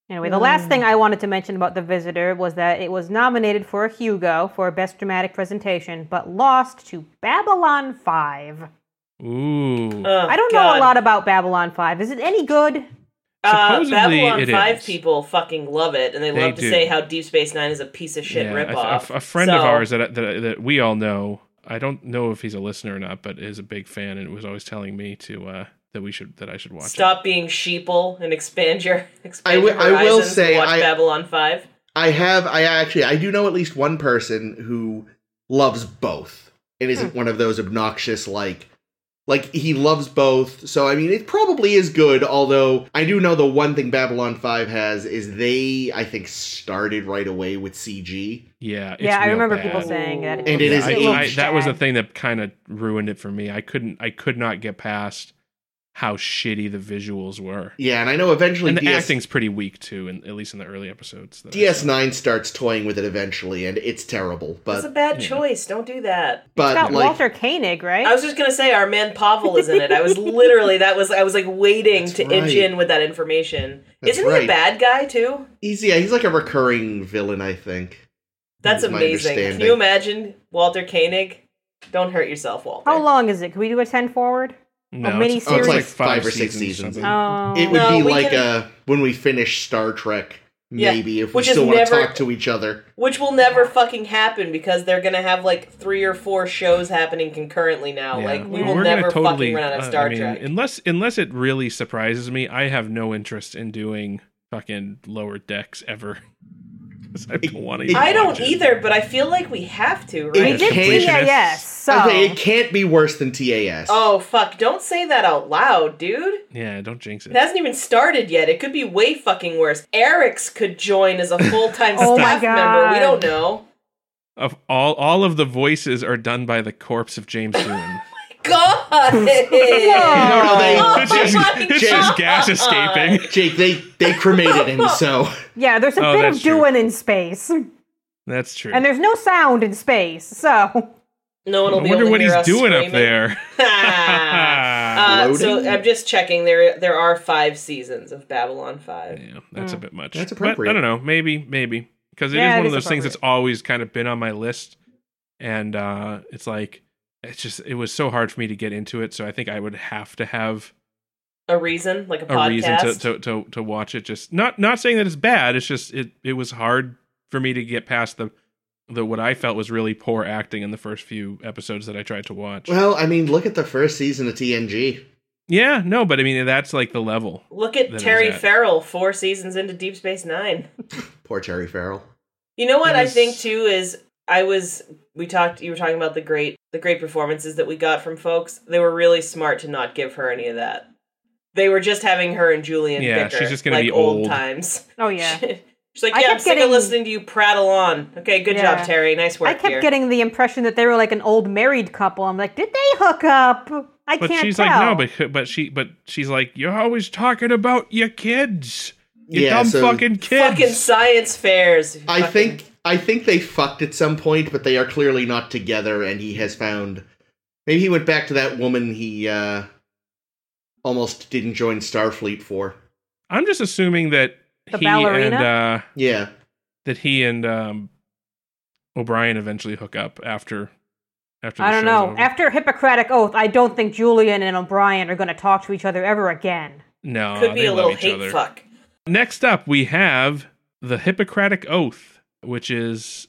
S2: Anyway, the last
S3: Mm.
S2: thing I wanted to mention about The Visitor was that it was nominated for a Hugo for Best Dramatic Presentation, but lost to Babylon 5.
S1: Ooh,
S4: Ugh,
S2: I don't know
S4: Oh, God.
S2: a lot about Babylon 5. Is it any good?
S4: Uh,
S1: Supposedly
S4: Babylon
S1: it
S4: Five
S1: is.
S4: people fucking love it, and they,
S1: They
S4: love to
S1: do.
S4: say how Deep Space Nine is a piece of shit
S1: Yeah, a-
S4: ripoff.
S1: A, a friend of
S4: So,
S1: ours that, that that we all know. I don't know if he's a listener or not, but is a big fan and was always telling me to uh, that we should that I should watch.
S4: Stop being sheeple and expand your *laughs* expand
S3: I wi-
S4: your
S3: I will
S4: horizons and
S3: say
S4: watch
S3: I-
S4: Babylon Five.
S3: I have I actually I do know at least one person who loves both and isn't one of those obnoxious like like he loves both. So I mean it probably is good although I do know the one thing Babylon 5 has is they I think started right away with CG.
S1: It. Yeah, it's
S2: yeah, I
S1: real
S2: remember
S1: bad.
S2: people saying that.
S4: And
S3: it
S1: Yeah,
S3: is
S1: I-
S3: aged
S1: I- that was the
S2: a
S1: thing that kind of ruined it for me. I couldn't I could not get past how shitty the visuals were.
S3: Yeah, and I know eventually
S1: and the
S3: DS,
S1: acting's pretty weak too, in, at least in the early episodes. that I saw.
S3: DS9 starts toying with it eventually and it's terrible,
S4: That's a
S3: but
S4: bad
S1: yeah.
S4: choice. Don't do that.
S3: but
S2: It's got
S3: like
S2: Walter Koenig, right?
S4: I was just gonna say our man Pavel is in
S1: *laughs*
S4: it. I was literally that was I was like waiting
S3: That's
S4: to
S3: right.
S4: inch in with that information.
S3: That's
S4: Isn't he
S3: right.
S4: a bad guy too?
S3: he's yeah, he's like a recurring villain I think.
S4: That's
S3: That's my
S4: amazing. Can
S3: understanding.
S4: you imagine Walter Koenig? Don't hurt yourself, Walter.
S2: How long is it? Can we do a 10 forward?
S1: no,
S2: a mini
S1: it's- oh, it's like
S3: series?
S1: five or six seasons.
S3: seasons.
S1: something.
S2: Oh.
S3: It would
S4: No,
S3: be
S4: we
S3: like
S4: can-
S3: uh when we finish Star Trek,
S4: Yeah,
S3: maybe if we
S4: which is
S3: still want
S4: never-
S3: to talk to each other.
S4: Which will never fucking happen because they're gonna have like three or four shows happening concurrently now.
S1: Yeah.
S4: Like we
S1: Well,
S4: will
S1: we're gonna
S4: never
S1: totally-
S4: fucking run out of
S1: uh,
S4: Star
S1: I mean,
S4: Trek.
S1: Unless unless it really surprises me, I have no interest in doing fucking lower decks ever. *laughs* 'Cause I don't want to.
S4: I don't either, but I feel like we have to,
S3: It
S2: We
S4: right?
S3: is-
S2: did
S3: Completionist.
S2: TAS, so.
S3: Okay, it can't be worse than TAS.
S4: Oh fuck! Don't say that out loud, dude.
S1: Yeah, don't jinx it.
S4: It hasn't even started yet. It could be way fucking worse. Eric's could join as a full time
S2: *laughs* Oh my
S4: staff member. We
S2: God.
S4: don't know.
S1: Of all, all of the voices are done by the corpse of James Doohan.
S4: *laughs*
S2: *laughs*
S4: God! no, Oh,
S2: no,
S1: *laughs*
S2: they-
S1: it's just, *laughs* it's just gas
S4: *laughs*
S1: escaping.
S3: Jake, they they cremated him, so
S2: Yeah, there's a
S1: Oh,
S2: bit
S1: that's
S2: of
S1: true.
S2: doing in space. And
S1: That's true.
S2: there's no sound in space, so.
S4: No one
S1: I
S4: will be
S1: wonder
S4: able to
S1: what he's
S4: hear us
S1: doing up
S4: screaming.
S1: there. *laughs* yeah,
S4: *laughs* uh, so
S3: Loading.
S4: I'm just checking. There, there are five seasons of Babylon Five.
S1: that's a bit much.
S3: That's
S1: But
S3: appropriate.
S1: I don't know. Maybe, maybe because it is
S2: Mm. Yeah, it
S1: one of
S2: is
S1: those things that's always kind of been on my list, and uh, it's like it's just it was so hard for me to get into it. So I think I would have to have
S4: A reason, like a,
S1: a
S4: podcast.
S1: reason to, to to to watch it. Just not not saying that it's bad. It's just it it was hard for me to get past the the what I felt was really poor acting in the first few episodes that I tried to watch.
S3: well, I mean, look at the first season of TNG.
S1: yeah, no, but I mean that's like the level.
S4: Look
S1: That
S4: at
S1: is
S4: Terry
S1: that.
S4: Farrell, four seasons into Deep Space Nine.
S3: Poor Terry Farrell.
S4: You know what
S1: It
S4: I
S1: was-
S4: think too is I was we talked you were talking about the great the great performances that we got from folks. They were really smart to not give her any of that. They were just having her and Julian
S1: Yeah,
S4: bicker,
S1: she's just gonna
S4: like
S1: be old.
S4: times. *laughs*
S2: Oh, yeah.
S4: she's like,
S2: I
S4: yeah, I'm
S2: kept
S4: sick of
S2: getting-
S4: listening to you prattle on. Okay, good
S2: Yeah.
S4: job, Terry. Nice work.
S2: I kept
S4: here.
S2: getting the impression that they were like an old married couple. I'm like, did they hook up? I
S1: But
S2: can't
S1: she's
S2: tell.
S1: like no, but but she but she's like you're always talking about your kids. You
S3: Yeah,
S1: dumb
S3: so-
S1: fucking kids.
S4: fucking science fairs. you
S3: I
S4: fucking-
S3: think I think they fucked at some point, but they are clearly not together, and he has found maybe he went back to that woman he uh almost didn't join Starfleet for.
S1: I'm just assuming that
S2: The
S1: he and
S2: ballerina?
S1: uh,
S3: Yeah.
S1: that he and um, O'Brien eventually hook up after After the
S2: I don't
S1: show's
S2: know.
S1: over.
S2: After Hippocratic Oath, I don't think Julian and O'Brien are going to talk to each other ever again.
S1: no,
S4: Could be
S1: they
S4: a
S1: love
S4: little
S1: each
S4: hate
S1: other.
S4: fuck.
S1: Next up, we have the Hippocratic Oath, which is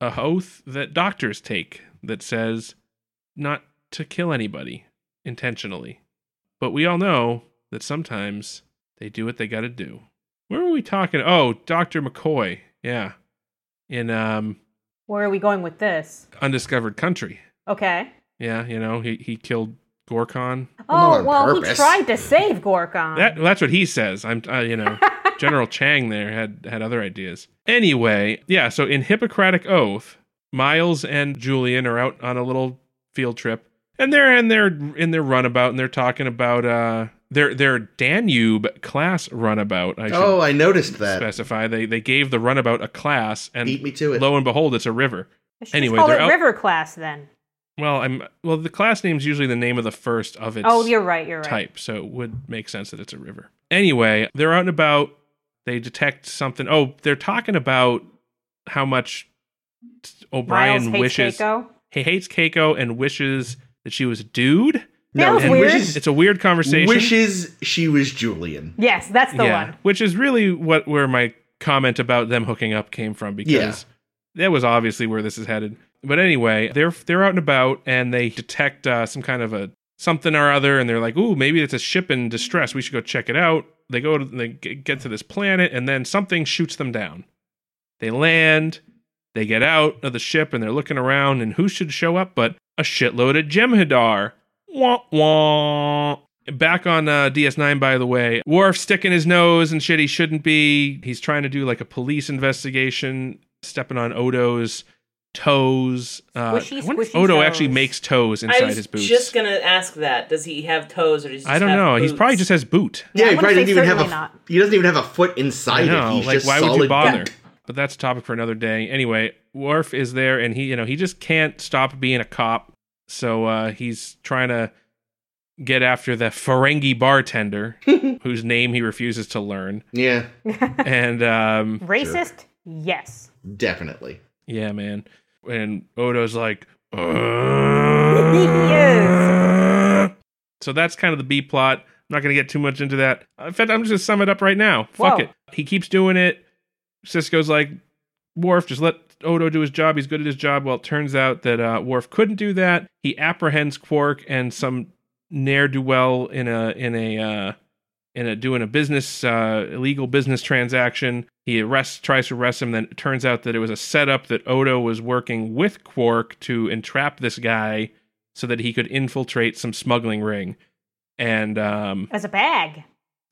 S1: a oath that doctors take that says not to kill anybody intentionally. But we all know that sometimes they do what they got to do. Where were we talking? Oh, Dr. McCoy. Yeah. In um
S2: Where are we going with this?
S1: Undiscovered Country.
S2: Okay.
S1: Yeah, you know, he he killed Gorkon.
S3: Well, not
S2: Oh
S3: on
S2: well, he
S3: purpose.
S2: tried to save Gorkon.
S1: That that's what he says. I'm uh, you know General Chang there had had other ideas. Anyway, yeah. So in Hippocratic Oath, Miles and Julian are out on a little field trip, and they're in their in their runabout, and they're talking about uh their their Danube class runabout. I should
S3: Oh, I noticed that.
S1: specify they they gave the runabout a class, and
S3: Beat me to it.
S1: lo and behold, it's a river.
S2: I should
S1: anyway,
S2: just call
S1: they're
S2: it
S1: out-
S2: River Class then.
S1: Well, I'm well. The class name's usually the name of the first of its.
S2: oh, you're right. You're right.
S1: type, so it would make sense that it's a river. Anyway, they're out and about. They detect something. Oh, they're talking about how much t-
S2: Miles
S1: O'Brien
S2: hates
S1: wishes
S2: Keiko.
S1: he hates Keiko and wishes that she was a dude.
S2: That was
S1: And
S2: weird.
S1: wishes- it's a weird conversation.
S3: wishes she was Julian.
S2: Yes, that's the
S1: yeah,
S2: one.
S1: which is really what where my comment about them hooking up came from because
S3: Yeah.
S1: that was obviously where this is headed. But anyway, they're they're out and about and they detect uh, some kind of a something or other, and they're like, "Ooh, maybe it's a ship in distress. We should go check it out." They go to they g- get to this planet, and then something shoots them down. They land, they get out of the ship, and they're looking around, and who should show up but a shitload of Jem'Hadar. Wah wah. Back on uh, DS9, by the way, Worf sticking his nose and shit he shouldn't be. He's trying to do like a police investigation, stepping on Odo's toes. Uh,
S2: Squishy,
S1: I wonder if
S2: squishy
S1: Odo
S2: toes.
S1: actually makes toes inside
S4: I was
S1: his boots.
S4: just gonna ask that. Does he have toes or does he? Just
S1: I don't
S4: have
S1: know. He's
S4: boots?
S1: probably just has boot.
S2: Yeah, I
S3: he
S2: wouldn't
S3: probably
S2: say
S3: didn't even have a.
S2: certainly not.
S3: He doesn't even have a foot inside
S1: I know.
S3: it. He's
S1: like,
S3: just
S1: why
S3: solid
S1: would you bother?
S3: boot.
S1: But that's a topic for another day. Anyway, Worf is there, and he, you know, he just can't stop being a cop. So uh, he's trying to get after the Ferengi bartender, whose name he refuses to learn.
S3: Yeah,
S1: And um,
S2: Racist? Yes.
S3: definitely.
S1: yeah, man. And Odo's like,
S2: He is.
S1: *laughs* So that's kind of the B plot. I'm not going to get too much into that. In fact, I'm just going to sum it up right now. Fuck
S2: Whoa.
S1: it. He keeps doing it. Cisco's like, Worf, just let Odo do his job. He's good at his job. Well, it turns out that uh, Worf couldn't do that. He apprehends Quark and some ne'er do well in a in a uh, in a doing a business uh, illegal business transaction. He arrests, tries to arrest him. Then it turns out that it was a setup that Odo was working with Quark to entrap this guy so that he could infiltrate some smuggling ring and um,
S2: As a bag.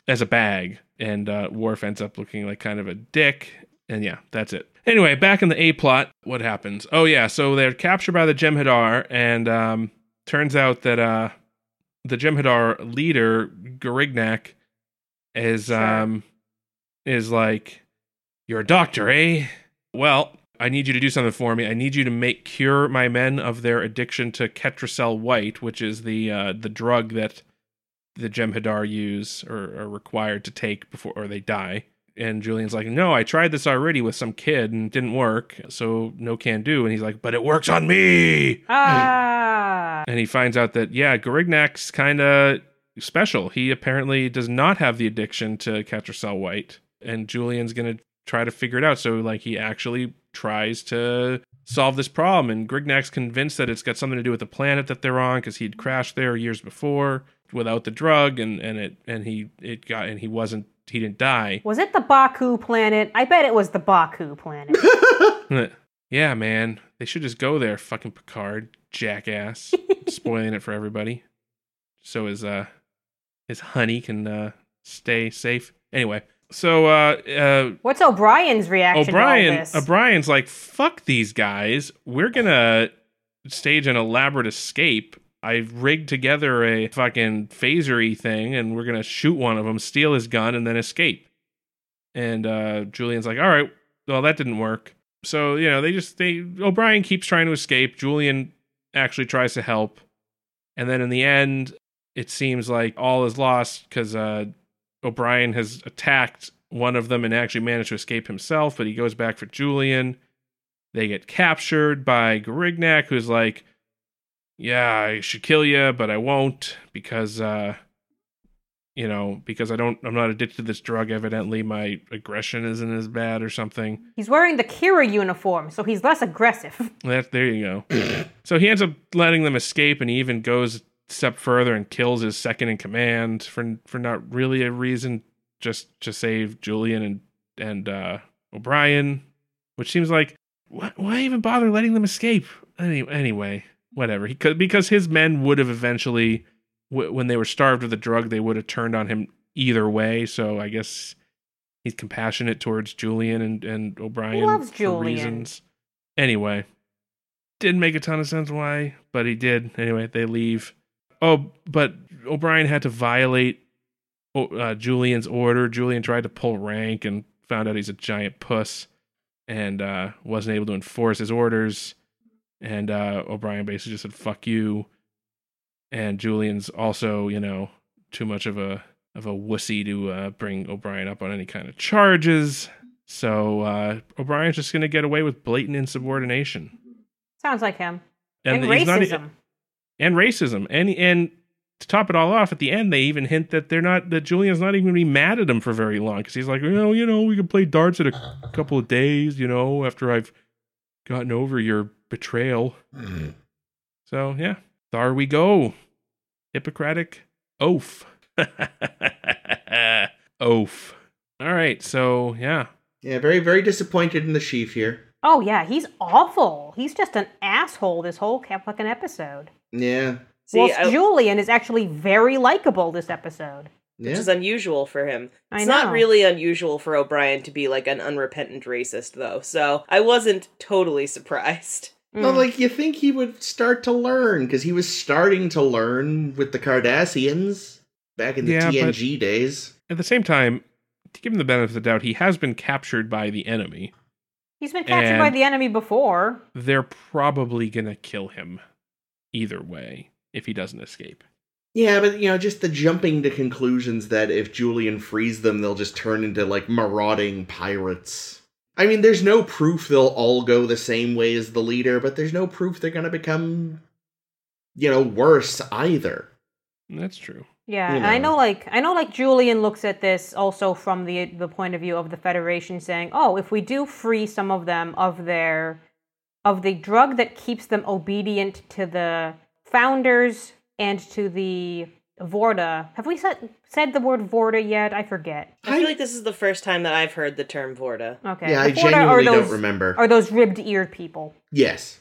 S1: as a bag. And uh, Worf ends up looking like kind of a dick. And yeah, that's it. Anyway, back in the A plot, what happens? Oh yeah, so they're captured by the Jem'Hadar, and um, turns out that uh, the Jem'Hadar leader Garignac is
S2: Sure.
S1: um, is like, "You're a doctor, eh? Well, I need you to do something for me. I need you to make cure my men of their addiction to Ketracel White, which is the uh, the drug that the Jem'Hadar use or are required to take before or they die. And Julian's like, "No, I tried this already with some kid and it didn't work, so no can do." And he's like, "But it works on me."
S2: Ah.
S1: And he finds out that yeah, Garignac's kind of special. He apparently does not have the addiction to Catracel White, and Julian's gonna try to figure it out. So like he actually tries to solve this problem, and Grignac's convinced that it's got something to do with the planet that they're on because he'd crashed there years before without the drug, and and it and he it got and he wasn't he didn't die.
S2: Was it the Baku planet? I bet it was the Baku
S4: *laughs*
S2: planet.
S1: yeah, man, they should just go there, fucking Picard, jackass, spoiling it for everybody. So his uh his honey can uh stay safe. Anyway, so uh
S2: What's O'Brien's
S1: uh
S2: reaction to all
S1: O'Brien
S2: this?
S1: O'Brien's like fuck these guys. We're going to stage an elaborate escape. I've rigged together a fucking phasery thing and we're going to shoot one of them, steal his gun and then escape. And uh Julian's like, "All right, well that didn't work." So, you know, they just they O'Brien keeps trying to escape. Julian actually tries to help. And then in the end, it seems like all is lost cuz uh O'Brien has attacked one of them and actually managed to escape himself, but he goes back for Julian. They get captured by Garignac, who's like, yeah, I should kill you, but I won't because, uh, you know, because I don't, I'm not addicted to this drug. Evidently, my aggression isn't as bad or something.
S2: He's wearing the Kira uniform, so he's less aggressive. *laughs*
S1: That, there you go. *clears throat* so he ends up letting them escape, and he even goes a step further and kills his second in command for for not really a reason, just to save Julian and and uh, O'Brien, which seems like why, why even bother letting them escape? Any, anyway, whatever. He could because his men would have eventually, w- when they were starved of the drug, they would have turned on him either way. So I guess he's compassionate towards Julian and and O'Brien
S2: He loves
S1: for
S2: Julian.
S1: reasons. Anyway, didn't make a ton of sense why, but he did. Anyway, they leave. Oh, but O'Brien had to violate o- uh, Julian's order. Julian tried to pull rank and found out he's a giant puss and uh, wasn't able to enforce his orders. And uh, O'Brien basically just said "fuck you." And Julian's also, you know, too much of a of a wussy to uh, bring O'Brien up on any kind of charges. So uh, O'Brien's just going to get away with blatant insubordination
S2: Sounds like him. And,
S1: he's not- e-
S2: racism.
S1: and racism. And and to top it all off, at the end they even hint that they're not that Julian's not even gonna be mad at him for very long because he's like, you know, you know, we can play darts in a couple of days, you know, after I've gotten over your betrayal. So yeah, there we go. Hippocratic oaf. *laughs* oaf. All right, so yeah,
S3: Yeah, very, very disappointed in the sheaf here.
S2: oh yeah, he's awful. He's just an asshole this whole ca- fucking episode.
S3: Yeah.
S4: See,
S2: Whilst
S4: I-
S2: Julian is actually very likable this episode.
S4: which
S3: Yeah.
S4: is unusual for him.
S2: I
S4: it's
S2: know.
S4: not really unusual for O'Brien to be like an unrepentant racist, though, so I wasn't totally surprised.
S3: Well,
S2: Mm.
S3: like you think he would start to learn because he was starting to learn with the Cardassians back in the
S1: Yeah, but-
S3: TNG days.
S1: at the same time, to give him the benefit of the doubt, he has been captured by the enemy.
S2: he's been captured by
S1: and-
S2: the enemy before.
S1: they're probably going to kill him either way if he doesn't escape.
S3: Yeah, but you know, just the jumping to conclusions that if Julian frees them, they'll just turn into like marauding pirates. I mean, there's no proof they'll all go the same way as the leader, but there's no proof they're going to become, you know, worse either.
S1: That's true.
S2: Yeah,
S3: You
S2: and I
S3: know.
S2: know like I know like Julian looks at this also from the the point of view of the Federation saying, "Oh, if we do free some of them of their of the drug that keeps them obedient to the founders and to the Vorta." Have we said said the word Vorta yet? I forget.
S4: I feel like this is the first time that I've heard the term Vorta.
S2: Okay.
S3: yeah, I
S2: the Vorta
S3: genuinely
S2: are those,
S3: don't remember.
S2: Are those ribbed-eared people
S3: yes.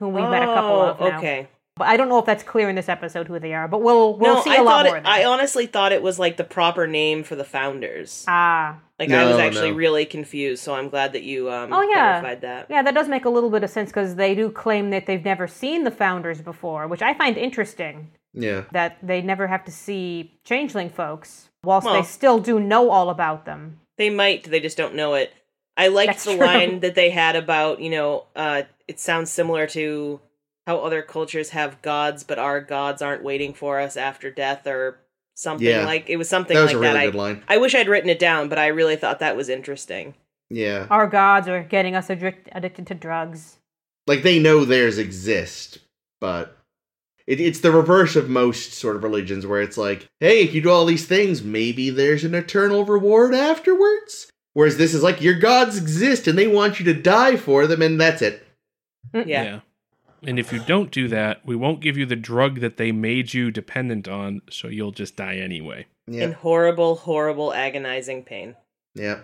S2: whom we've met a couple
S4: Oh,
S2: of now?
S4: Okay.
S2: But I don't know if that's clear in this episode who they are, but we'll we'll
S4: no,
S2: see
S4: I
S2: a lot
S4: thought
S2: more
S4: it,
S2: of them.
S4: I honestly thought it was like the proper name for the founders.
S2: ah.
S4: Like I was
S3: No,
S4: actually
S3: no.
S4: really confused, so I'm glad that you um
S2: Oh, yeah.
S4: clarified that.
S2: Yeah, that does make a little bit of sense because they do claim that they've never seen the founders before, which I find interesting
S3: Yeah.
S2: that they never have to see changeling folks, whilst
S4: Well.
S2: they still do know all about them.
S4: They might, they just don't know it. I liked
S2: That's
S4: the
S2: true.
S4: line that they had about, you know, uh it sounds similar to how other cultures have gods, but our gods aren't waiting for us after death or something
S3: Yeah.
S4: like it was something
S3: That was
S4: like
S3: a really
S4: that.
S3: good line.
S4: I, I wish I'd written it down, but I really thought that was interesting.
S3: Yeah.
S2: Our gods are getting us addic- addicted to drugs.
S3: Like they know theirs exist, but it, it's the reverse of most sort of religions where it's like, hey, if you do all these things, maybe there's an eternal reward afterwards. Whereas this is like, your gods exist and they want you to die for them, and that's it.
S1: Mm-hmm.
S4: Yeah.
S1: And if you don't do that, we won't give you the drug that they made you dependent on, so you'll just die anyway.
S3: Yeah.
S4: In horrible, horrible, agonizing pain.
S3: yeah.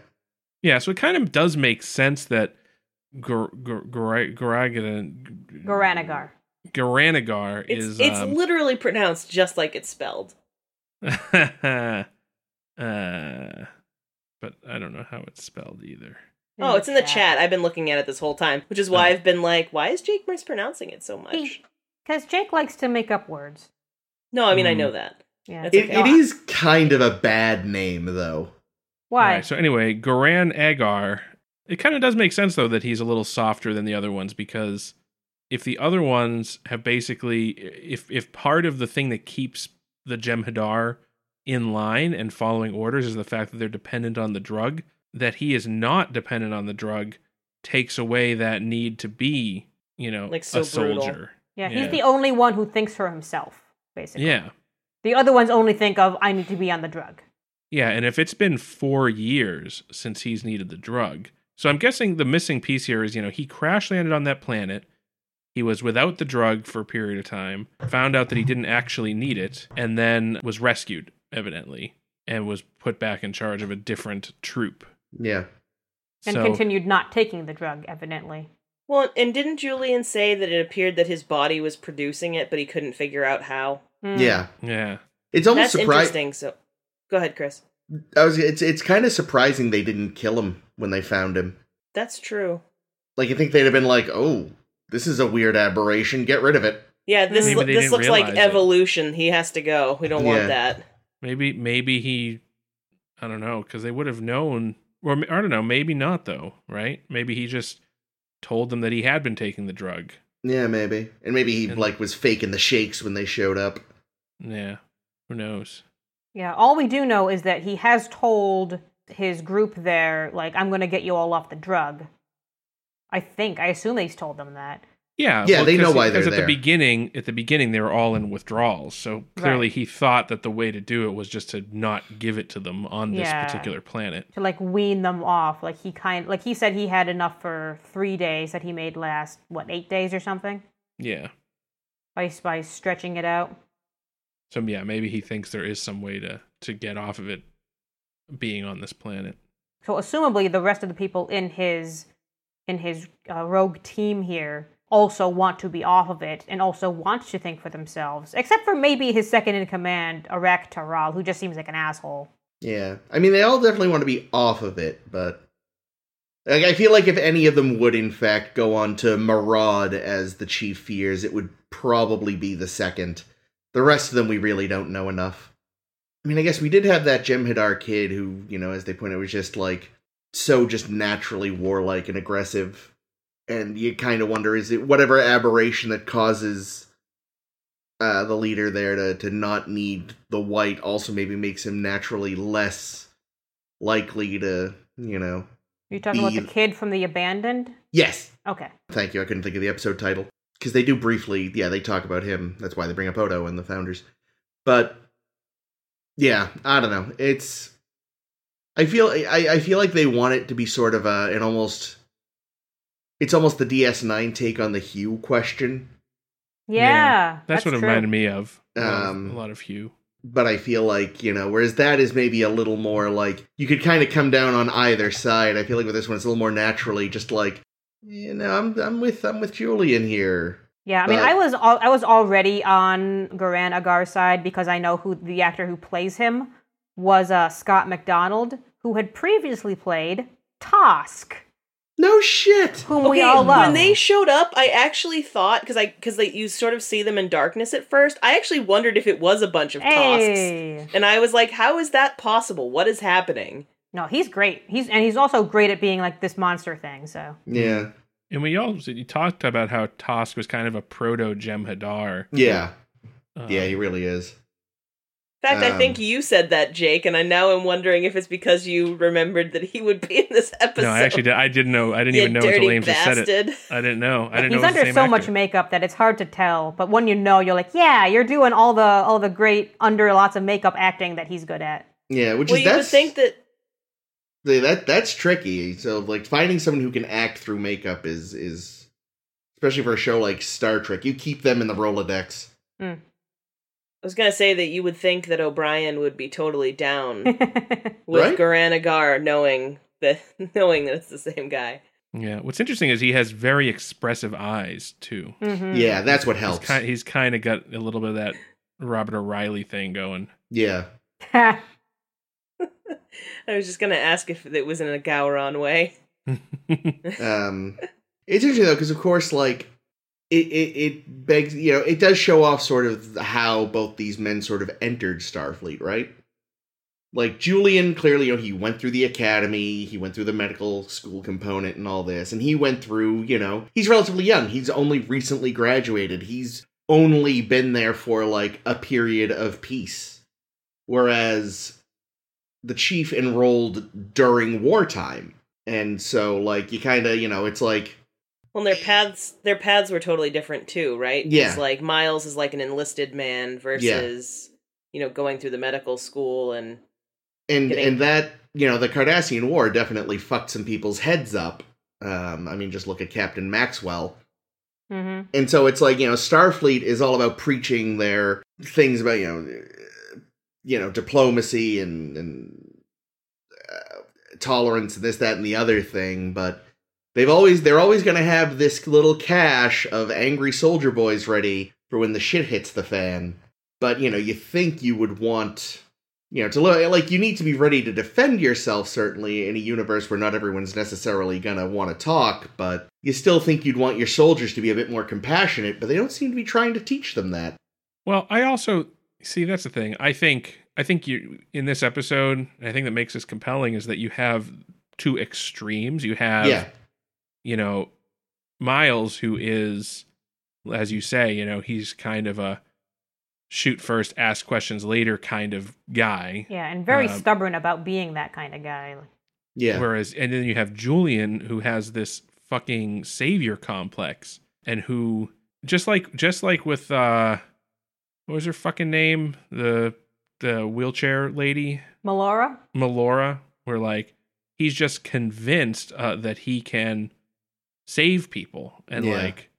S1: Yeah, so it kind of does make sense that Gar- Gar- Gar- Garagadan-
S2: Goranagar.
S1: Garanagar
S4: It's
S1: is
S4: it's
S1: um,
S4: literally pronounced just like it's spelled.
S1: *laughs* uh, but I don't know how it's spelled either.
S4: oh, it's in the chat. I've been looking at it this whole time, which is why
S1: Oh.
S4: I've been like, why is Jake mispronouncing it so much?
S2: Because Jake likes to make up words.
S4: No, I mean I
S3: Hmm.
S1: Mm.
S4: know that.
S2: Yeah.
S4: That's
S2: it's
S3: It,
S2: okay.
S3: it is kind of a bad name, though.
S2: Why?
S1: Alright, so anyway, Garan Agar. It kind of does make sense though that he's a little softer than the other ones because if the other ones have basically if if part of the thing that keeps the Jem'Hadar in line and following orders is the fact that they're dependent on the drug, that he is not dependent on the drug takes away that need to be, you know,
S4: Like,
S1: a
S4: so brutal.
S1: soldier.
S2: Yeah,
S1: Yeah.
S2: he's the only one who thinks for himself, basically.
S1: Yeah.
S2: The other ones only think of I need to be on the drug.
S1: Yeah, and if it's been 4 years since he's needed the drug. So I'm guessing the missing piece here is, you know, he crash landed on that planet. He was without the drug for a period of time, found out that he didn't actually need it, and then was rescued evidently and was put back in charge of a different troop.
S3: Yeah.
S2: And
S1: so,
S2: continued not taking the drug, evidently.
S4: Well, and didn't Julian say that it appeared that his body was producing it, but he couldn't figure out how?
S2: Mm.
S3: Yeah.
S1: yeah.
S3: It's almost
S4: Hmm. That's
S3: surprising.
S4: interesting. So, go ahead, Chris.
S3: I was it's it's kind of surprising they didn't kill him when they found him.
S4: That's true.
S3: Like you think they'd have been like, "Oh, this is a weird aberration. Get rid of it."
S4: Yeah, this
S2: Maybe
S4: lo-
S1: they
S4: this
S1: didn't
S4: looks like
S1: realize it.
S4: evolution. He has to go. We don't
S3: Yeah.
S4: want that.
S1: Maybe maybe he I don't know cuz they would have known or I don't know, maybe not though, right? Maybe he just told them that he had been taking the drug.
S3: Yeah, maybe. And maybe he
S1: And-
S3: like was faking the shakes when they showed up.
S1: Yeah. Who knows?
S2: Yeah. All we do know is that he has told his group there, like, I'm going to get you all off the drug. I think. I assume he's told them that.
S1: Yeah.
S3: Yeah, they
S1: 'cause-
S3: know why they're
S1: 'cause at
S3: there.
S1: the beginning, at the beginning they were all in withdrawals. So clearly he thought that the way to do it was just to not give it to them on this
S2: Yeah.
S1: particular planet.
S2: To, like, wean them off. Like, he kind like, he said he had enough for three days that he made last, what, eight days or something?
S1: Yeah.
S2: By, by stretching it out.
S1: So yeah, maybe he thinks there is some way to to get off of it being on this planet.
S2: So assumably the rest of the people in his in his uh, rogue team here also want to be off of it and also want to think for themselves, except for maybe his second in command, Arak Taral, who just seems like an asshole.
S3: Yeah. I mean, they all definitely want to be off of it, but like, I feel like if any of them would in fact go on to maraud as the chief fears, it would probably be the second. The rest of them we really don't know enough. I mean, I guess we did have that Jem'Hadar kid who, you know, as they pointed, out, was just like so just naturally warlike and aggressive. And you kind of wonder is it whatever aberration that causes uh, the leader there to to not need the white also maybe makes him naturally less likely to you know
S2: You're talking about
S3: Eve.
S2: the kid from the abandoned?
S3: yes
S2: Okay.
S3: thank you I couldn't think of the episode title because they do briefly yeah they talk about him that's why they bring up Odo and the founders but yeah I don't know it's I feel I I feel like they want it to be sort of a an almost it's almost the DS9 take on the hue question
S2: Yeah.
S1: That's, what it
S2: true.
S1: reminded me of. A lot of-
S3: Um,
S1: a lot of Hugh.
S3: but I feel like you know, whereas that is maybe a little more like you could kind of come down on either side. I feel like with this one, it's a little more naturally, just like you know, I'm I'm with I'm with Julian here.
S2: Yeah, I mean,
S3: But-
S2: I was al- I was already on Garan Agar's side because I know who the actor who plays him was uh, Scott McDonald, who had previously played Tosk,
S3: No shit.
S2: whom we all love.
S4: when they showed up, I actually thought because I because like you sort of see them in darkness at first. I actually wondered if it was a bunch of tasks,
S2: Hey.
S4: and I was like, "How is that possible? What is happening?"
S2: No, he's great. He's and he's also great at being like this monster thing. So
S3: Yeah,
S1: And we also you talked about how Tosk was kind of a proto Jem'Hadar.
S3: yeah,
S1: Um,
S2: *laughs*
S3: yeah. He really is.
S4: In fact, I
S3: Um,
S4: think you said that, Jake, and I now am wondering if it's because you remembered that he would be in this episode.
S1: no, I actually did. I didn't know. I didn't
S4: You
S1: even know
S4: dirty
S1: until Ames just said it.
S4: bastard.
S1: I didn't know. I didn't
S2: he's
S1: know. it was the
S2: under so
S1: same
S2: much
S1: actor.
S2: makeup that it's hard to tell. But when you know, you're like, yeah, you're doing all the all the great under lots of makeup acting that he's good at. *laughs*
S3: Yeah, which
S4: Well,
S3: is
S4: you would
S3: that's
S4: think that
S3: that that that's tricky. So like finding someone who can act through makeup is is especially for a show like Star Trek. You keep them in the Rolodex.
S4: I was gonna say that you would think that O'Brien would be totally
S1: *laughs*
S4: down
S3: Right?
S4: with Garan Agar, knowing that *laughs* knowing that it's the same guy.
S1: Yeah. What's interesting is he has very expressive eyes too.
S4: Mm.
S2: Mhm.
S3: Yeah, that's what
S1: He's
S3: helps.
S1: kind. He's kind of got a little bit of that Robert O'Reilly thing going.
S3: yeah.
S4: I was just gonna ask if it was in a Gowron way.
S3: *laughs* um it's interesting though because of course like it, it it begs you know it does show off sort of how both these men sort of entered starfleet right like julian clearly you know he went through the academy he went through the medical school component and all this and he went through you know he's relatively young he's only recently graduated he's only been there for like a period of peace whereas the chief enrolled during wartime and so like you kind of you know it's like
S4: Well, and their paths their paths were totally different too, right? 'Cause,
S3: Yeah.
S4: like Miles is like an enlisted man versus you know going through the medical school and
S3: and
S4: Getting-
S3: and that you know the Cardassian War definitely fucked some people's heads up. Um, I mean, just look at Captain Maxwell.
S2: *laughs* Mm-hmm.
S3: And so it's like you know, Starfleet is all about preaching their things about you know, you know, diplomacy and and uh, tolerance and this, that, and the other thing. But they've always they're always going to have this little cache of angry soldier boys ready for when the shit hits the fan. But you know, you think you would want. You know, to lo- like you need to be ready to defend yourself. Certainly, in a universe where not everyone's necessarily gonna want to talk, but you still think you'd want your soldiers to be a bit more compassionate. But they don't seem to be trying to teach them that.
S1: Well, I also see that's the thing. I think I think you in this episode, and I think that makes this compelling is that you have two extremes. You have
S3: yeah,
S1: you know, Miles, who is, as you say, you know, he's kind of a shoot first, ask questions later kind of guy.
S2: Yeah, and very
S3: Um,
S1: Uh,
S2: stubborn about being that kind of guy.
S3: yeah,
S1: Whereas, and then you have Julian, who has this fucking savior complex and who, just like, just like with, uh, what was her fucking name? The, the wheelchair lady,
S2: Melora?
S1: Melora, where like, he's just convinced uh, that he can save people and
S3: Yeah.
S1: like,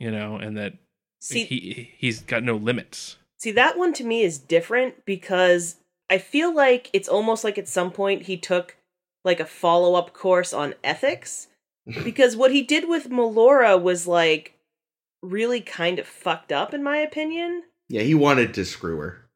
S1: you know, and that
S4: see
S1: he he's got no limits.
S4: See, that one to me is different because I feel like it's almost like at some point he took like a follow up course on
S1: *laughs*
S4: ethics. Because what he did with Melora was like really kind of fucked up, in my opinion.
S3: yeah. He wanted to screw her.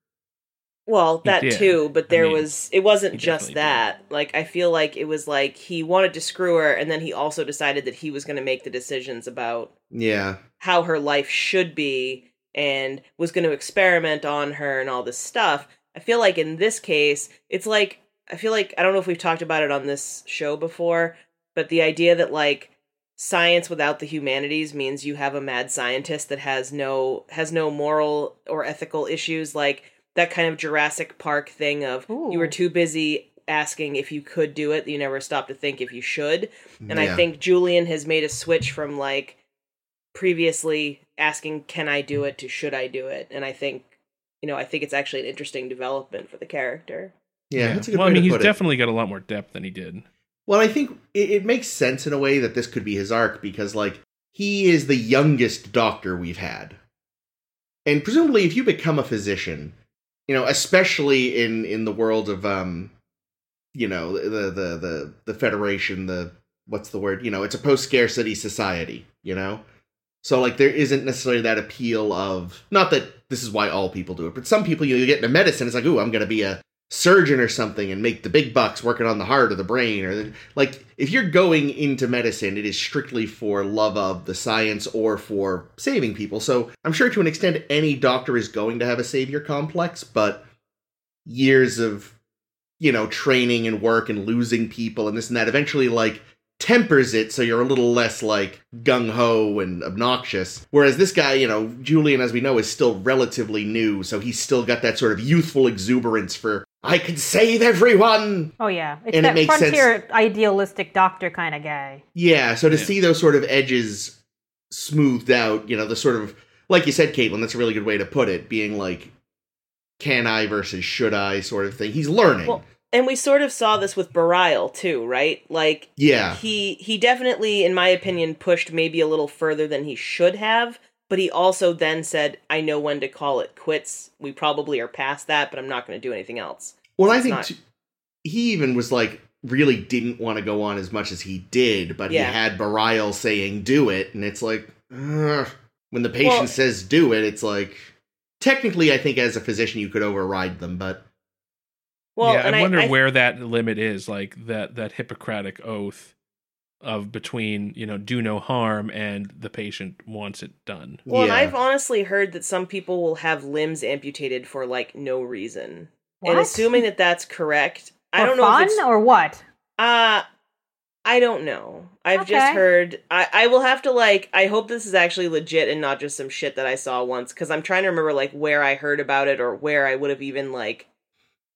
S4: Well,
S1: He
S4: that
S1: did.
S4: too,
S1: I
S4: but there
S1: mean,
S4: was it wasn't
S1: he
S4: just
S1: definitely
S4: that. Like I feel like it was like he wanted to screw her and then he also decided that he was going to make the decisions about
S3: Yeah,
S4: how her life should be and was going to experiment on her and all this stuff. I feel like in this case, it's like I feel like I don't know if we've talked about it on this show before, but the idea that like science without the humanities means you have a mad scientist that has no has no moral or ethical issues like that kind of Jurassic Park thing of you were
S2: Ooh.
S4: too busy asking if you could do it, that you never stopped to think if you should. And
S3: Yeah.
S4: I think Julian has made a switch from like previously asking, can I do it, to should I do it? And I think, you know, I think it's actually an interesting development for the character.
S3: yeah, that's a good
S1: well,
S3: way
S1: I mean,
S3: to
S1: he's
S3: put it.
S1: definitely got a lot more depth than he did.
S3: Well, I think it, it makes sense in a way that this could be his arc because, like, he is the youngest doctor we've had. And presumably, if you become a physician, you know, especially in in the world of, um, you know, the the the the Federation, the what's the word? You know, it's a post scarcity society. You know, so like there isn't necessarily that appeal of not that this is why all people do it, but some people you get into medicine, it's like, ooh, I'm going to be a surgeon or something and make the big bucks working on the heart or the brain or the, like if you're going into medicine it is strictly for love of the science or for saving people so i'm sure to an extent any doctor is going to have a savior complex but years of you know training and work and losing people and this and that eventually like tempers it so you're a little less like gung-ho and obnoxious whereas this guy you know julian as we know is still relatively new so he's still got that sort of youthful exuberance for i can save everyone
S2: Oh, yeah. It's
S3: And it
S2: that
S3: makes sense-
S2: frontier idealistic doctor kind of guy.
S3: yeah so to
S1: Yeah.
S3: see those sort of edges smoothed out you know the sort of like you said caitlin that's a really good way to put it being like can i versus should i sort of thing he's learning
S4: Well- And we sort of saw this with Barial too, right? Like
S3: yeah
S4: he he definitely, in my opinion, pushed maybe a little further than he should have. But he also then said, "I know when to call it quits. We probably are past that, but I'm not going to do anything else."
S3: Well, I
S4: It's
S3: think
S4: not-
S3: t- he even was like really didn't want to go on as much as he did, but
S4: Yeah.
S3: he had Barial saying do it, and it's like ugh. when the patient
S4: Well-
S3: says do it, it's like technically, I think as a physician you could override them, but
S4: Well,
S1: yeah,
S4: and
S1: I wonder
S4: I,
S1: where that limit is, like that that Hippocratic oath of between you know do no harm and the patient wants it done.
S4: Well, and
S3: yeah,
S4: I've honestly heard that some people will have limbs amputated for like no reason. And
S2: What?
S4: assuming that that's correct, I
S2: For
S4: don't know
S2: fun
S4: if it's
S2: or what?
S4: uh I don't know. I've just
S2: Okay.
S4: heard I I will have to like I hope this is actually legit and not just some shit that I saw once cuz I'm trying to remember like where I heard about it or where I would have even like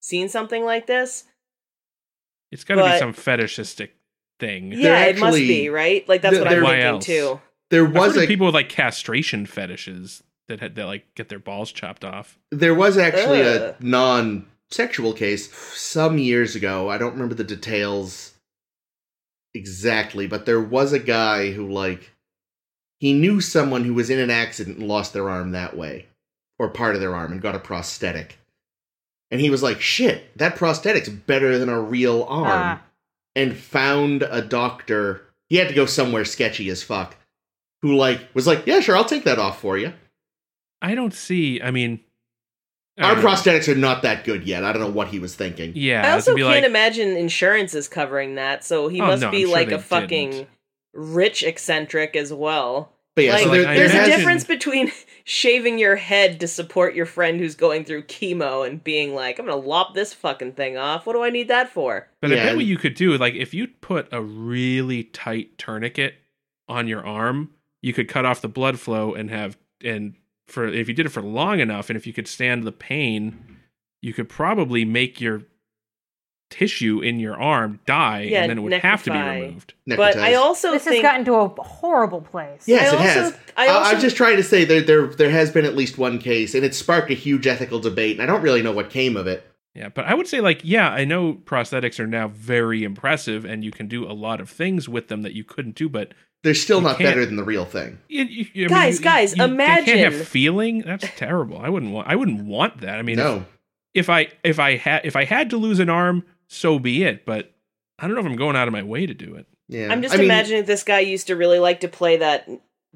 S4: seen something like this.
S1: It's got to be
S4: But-
S1: some fetishistic thing.
S4: yeah, it must
S3: actually-
S4: be right. Like that's
S3: They're-
S4: what I'm
S1: why
S4: thinking
S1: else?
S4: too.
S3: There
S1: I've
S3: was
S1: heard of
S3: a
S1: people with like castration fetishes that had that like get their balls chopped off.
S3: there was actually a
S4: Ugh.
S3: non sexual case some years ago. I don't remember the details exactly, but there was a guy who like he knew someone who was in an accident and lost their arm that way or part of their arm and got a prosthetic. And he was like, "Shit, that prosthetic's better than a real arm."
S2: Ah.
S3: and found a doctor. He had to go somewhere sketchy as fuck. Who like was like, "Yeah, sure, I'll take that off for you."
S1: I don't see. I mean, I
S3: Our
S1: don't know.
S3: prosthetics are not that good yet. I don't know what he was thinking.
S1: Yeah,
S4: I
S1: to
S4: also
S1: be
S4: can't
S1: like,
S4: imagine insurance is covering that, so he
S1: Oh,
S4: must
S1: no, I'm
S4: be
S1: sure
S4: like
S1: they
S4: a fucking
S1: didn't.
S4: rich eccentric as well.
S3: But yeah,
S4: like,
S3: so
S1: Like,
S3: there,
S1: I
S3: there
S4: there's
S3: has-
S4: a difference between *laughs* shaving your head to support your friend who's going through chemo and being like, I'm gonna lop this fucking thing off. What do I need that for?
S1: But I
S3: Yeah,
S1: bet what
S3: and-
S1: you could do, like if you put a really tight tourniquet on your arm, you could cut off the blood flow and have and for if you did it for long enough and if you could stand the pain, you could probably make your tissue in your arm die
S4: Yeah,
S1: and then it would have to be
S4: necrophy.
S1: removed.
S4: But I
S3: necrotize.
S4: also
S2: This has
S4: think
S2: gotten to a horrible place.
S3: yes,
S4: I
S3: it has.
S4: also- I
S3: I
S4: also-
S3: am just trying to say there there there has been at least one case, and it sparked a huge ethical debate. And I don't really know what came of it.
S1: Yeah, but I would say like yeah, I know prosthetics are now very impressive and you can do a lot of things with them that you couldn't do, but
S3: They're still
S1: You
S3: not
S1: can't-
S3: better than the real thing.
S1: It, you, I mean,
S4: Guys,
S1: you-
S4: guys,
S1: you- they can't
S4: imagine.
S1: have feeling. That's terrible. I wouldn't want. I wouldn't want that. I mean, if-
S3: no,
S1: if I if I had if I had to lose an arm, so be it. But I don't know if I'm going out of my way to do it.
S3: yeah.
S4: I'm just
S3: I mean,
S4: imagining this guy used to really like to play that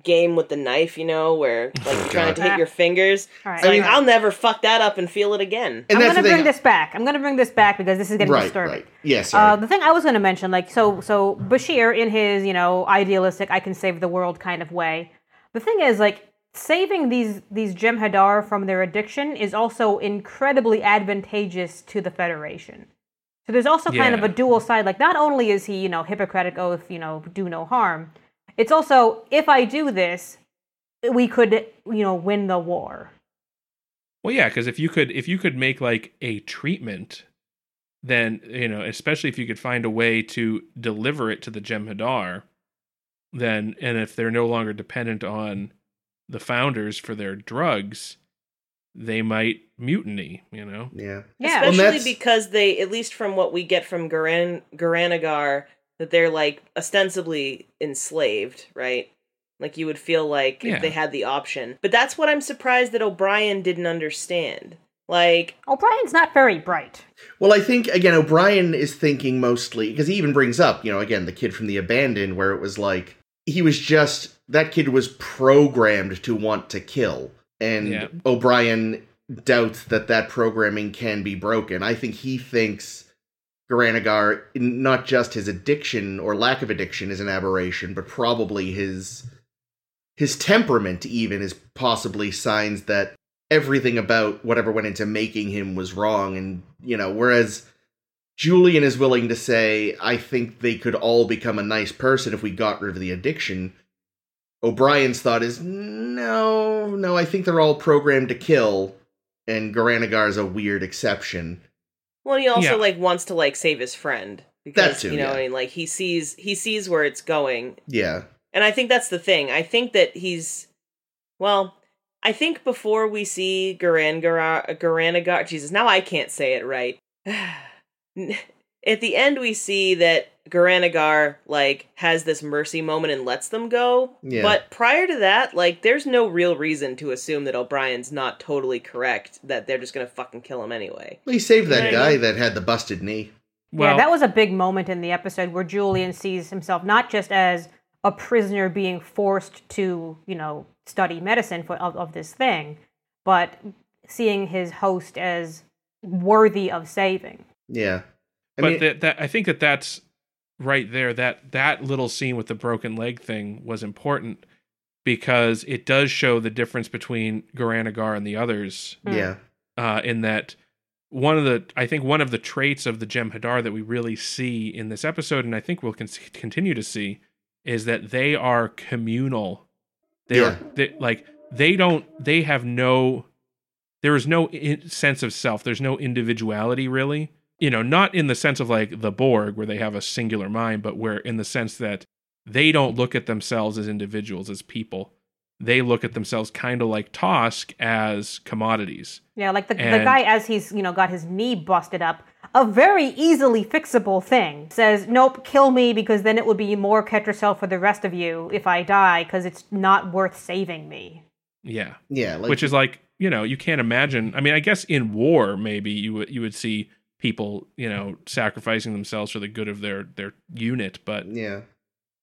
S4: game with the knife, you know, where like you're trying
S3: Oh, God.
S4: to hit your fingers.
S2: All right.
S4: It's like
S3: mean-
S4: I'll never fuck that up and feel it again.
S3: and
S2: I'm
S3: that's
S2: gonna
S3: the
S2: bring
S3: thing.
S2: this back. I'm gonna bring this back because this is getting
S3: right,
S2: disturbing.
S3: right. Yes,
S2: Uh,
S4: Um,
S3: yeah,
S2: the thing I was going to mention, like, so, so Bashir, in his, you know, idealistic, I can save the world kind of way, the thing is, like, saving these these Jem'Hadar from their addiction is also incredibly advantageous to the Federation. So there's also kind of
S1: Yeah.
S2: a dual side. Like, not only is he, you know, Hippocratic oath, you know, do no harm. It's also if I do this, we could, you know, win the war.
S1: Well, yeah, because if you could if you could make like a treatment, then you know, especially if you could find a way to deliver it to the Jem'Hadar, then and if they're no longer dependent on the founders for their drugs, they might mutiny. You know,
S3: yeah.
S2: Yeah,
S3: Well,
S4: Especially
S3: that's-
S4: because they, at least from what we get from Garan Garanagar, that they're like ostensibly enslaved, right? Like you would feel like
S1: Yeah.
S4: if they had the option. But that's what I'm surprised that O'Brien didn't understand. Like
S2: O'Brien's not very bright.
S3: Well, I think again O'Brien is thinking mostly because he even brings up, you know, again the kid from the abandoned, where it was like he was just that kid was programmed to want to kill, and
S1: Yeah.
S3: O'Brien doubts that that programming can be broken. I think he thinks Garanagar, not just his addiction or lack of addiction, is an aberration, but probably his his temperament even is possibly signs that everything about whatever went into making him was wrong and you know whereas julian is willing to say i think they could all become a nice person if we got rid of the addiction o'brien's thought is no no i think they're all programmed to kill and garanagar's a weird exception
S4: Well, he also
S1: Yeah.
S4: like wants to like save his friend
S3: That
S4: because
S3: too,
S4: you know,
S3: yeah.
S4: I mean, like he sees he sees where it's going,
S3: yeah
S4: and I think that's the thing. I think that he's well. I think before we see Garan Garanagar, Jesus, now I can't say it right. *sighs* At the end, we see that Garanagar like has this mercy moment and lets them go.
S3: Yeah.
S4: But prior to that, like, there's no real reason to assume that O'Brien's not totally correct. That they're just gonna fucking kill him anyway.
S3: well, he saved that
S4: Yeah.
S3: guy that had the busted knee
S1: well,
S2: yeah, that was a big moment in the episode where Julian sees himself not just as a prisoner being forced to, you know, study medicine for of, of this thing, but seeing his host as worthy of saving.
S3: yeah I
S1: but
S3: mean-
S1: that, that I think that that's right there. That that little scene with the broken leg thing was important because it does show the difference between Garanagar and the others
S2: Hmm.
S3: yeah
S1: uh, in that one of the I think one of the traits of the Jem'Hadar that we really see in this episode, and I think we'll con- continue to see, is that they are communal. They
S3: Yeah.
S1: are they, like they don't they have no there is no in- sense of self. There's no individuality really. you know, not in the sense of like the Borg where they have a singular mind, but where in the sense that they don't look at themselves as individuals, as people. They look at themselves kind of like Tosk as commodities.
S2: Yeah, like the, the
S1: And-
S2: guy as he's you know got his knee busted up, a very easily fixable thing says, "Nope, kill me because then it would be more Ketracel for the rest of you if I die because it's not worth saving me."
S1: Yeah.
S3: Yeah, like
S1: which is like you know you can't imagine i mean i guess in war maybe you would you would see people you know sacrificing themselves for the good of their their unit but
S3: yeah,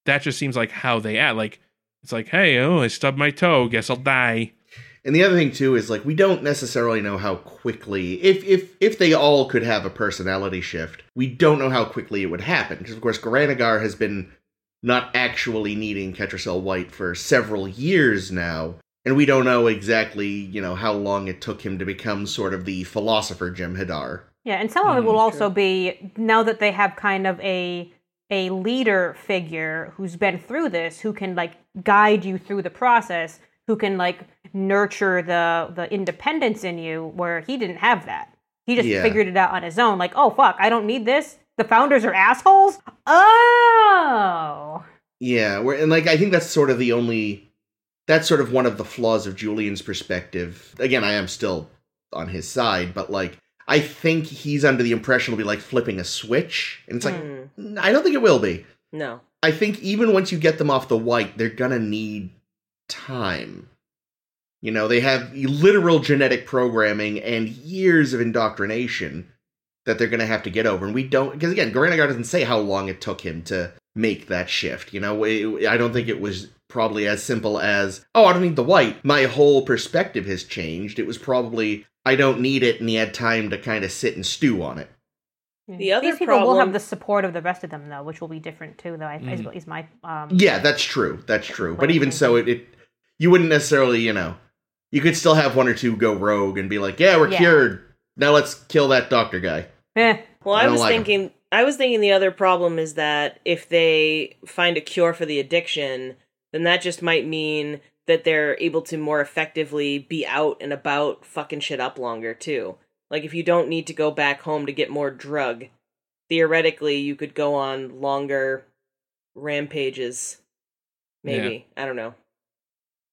S1: that just seems like how they act like it's like hey oh i stubbed my toe guess i'll die
S3: And the other thing too is like we don't necessarily know how quickly if if if they all could have a personality shift, we don't know how quickly it would happen because of course Garanagar has been not actually needing Ketracel White for several years now, and we don't know exactly you know how long it took him to become sort of the philosopher Jem'Hadar.
S2: Yeah, and some of it
S1: Mm,
S2: will
S4: sure.
S2: also be now that they have kind of a a leader figure who's been through this, who can like guide you through the process, who can like nurture the the independence in you where he didn't have that. He just
S3: Yeah.
S2: figured it out on his own like, "Oh fuck, I don't need this. The founders are assholes?" Oh.
S3: Yeah, we and like I think that's sort of the only that's sort of one of the flaws of Julian's perspective. Again, I am still on his side, but like I think he's under the impression it'll be like flipping a switch, and it's like
S4: Hmm.
S3: "N- I don't think it will be.
S4: no.
S3: I think even once you get them off the white, they're gonna need time. You know, they have literal genetic programming and years of indoctrination that they're gonna have to get over. And we don't, because again, Goranagar doesn't say how long it took him to make that shift. You know, It- I don't think it was probably as simple as, oh, I don't need the white. My whole perspective has changed. It was probably, I don't need it, and he had time to kind of sit and stew on it.
S4: The other
S2: These people will
S4: problem-
S2: have the support of the rest of them though, which will be different too though. I is, is my um
S3: Mm. Yeah, that's true. That's true. But
S2: Right,
S3: even
S2: right.
S3: so, it, it you wouldn't necessarily, you know, you could still have one or two go rogue and be like, "Yeah, we're
S2: Yeah.
S3: cured. Now let's kill that doctor guy."
S2: eh.
S4: Well,
S3: I
S4: I,
S3: don't
S4: was
S3: like 'em.
S4: thinking I was thinking the other problem is that if they find a cure for the addiction, then that just might mean that they're able to more effectively be out and about fucking shit up longer too. Like if you don't need to go back home to get more drug, theoretically you could go on longer rampages. Maybe. I don't know.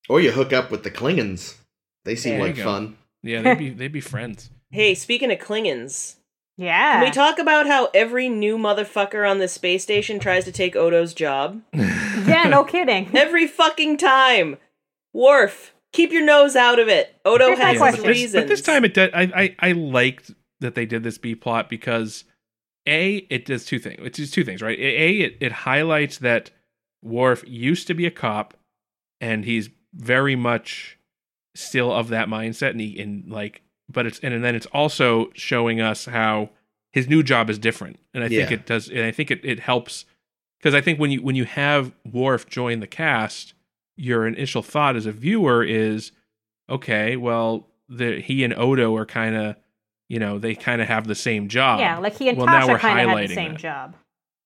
S3: Or you hook up with the Klingons. They seem
S4: There
S1: you
S3: like
S1: go.
S3: fun.
S1: yeah they'd be they'd be friends
S4: Hey, speaking of Klingons,
S2: Yeah.
S4: can we talk about how every new motherfucker on the space station tries to take Odo's job?
S2: yeah, no
S4: *laughs*
S2: kidding.
S4: Every fucking time. Worf, keep your nose out of it. Odo
S2: Here's my
S1: but,
S4: has his
S2: question.
S1: this,
S4: reasons.
S1: but this time it did, I, I I liked that they did this B plot because a it does two things. It does two things, right? A it, it highlights that Worf used to be a cop, and he's very much still of that mindset, and he and like, but it's and, then it's also showing us how his new job is different, and I think
S3: Yeah.
S1: it does, and I think it it helps because I think when you when you have Worf join the cast, your initial thought as a viewer is, okay, well, the he and Odo are kind of, you know, they kind of have the same job.
S2: Yeah, like he and
S1: Uh, Well, now we're
S2: Tasha kind of had
S1: highlighting
S2: the same
S1: that.
S2: job.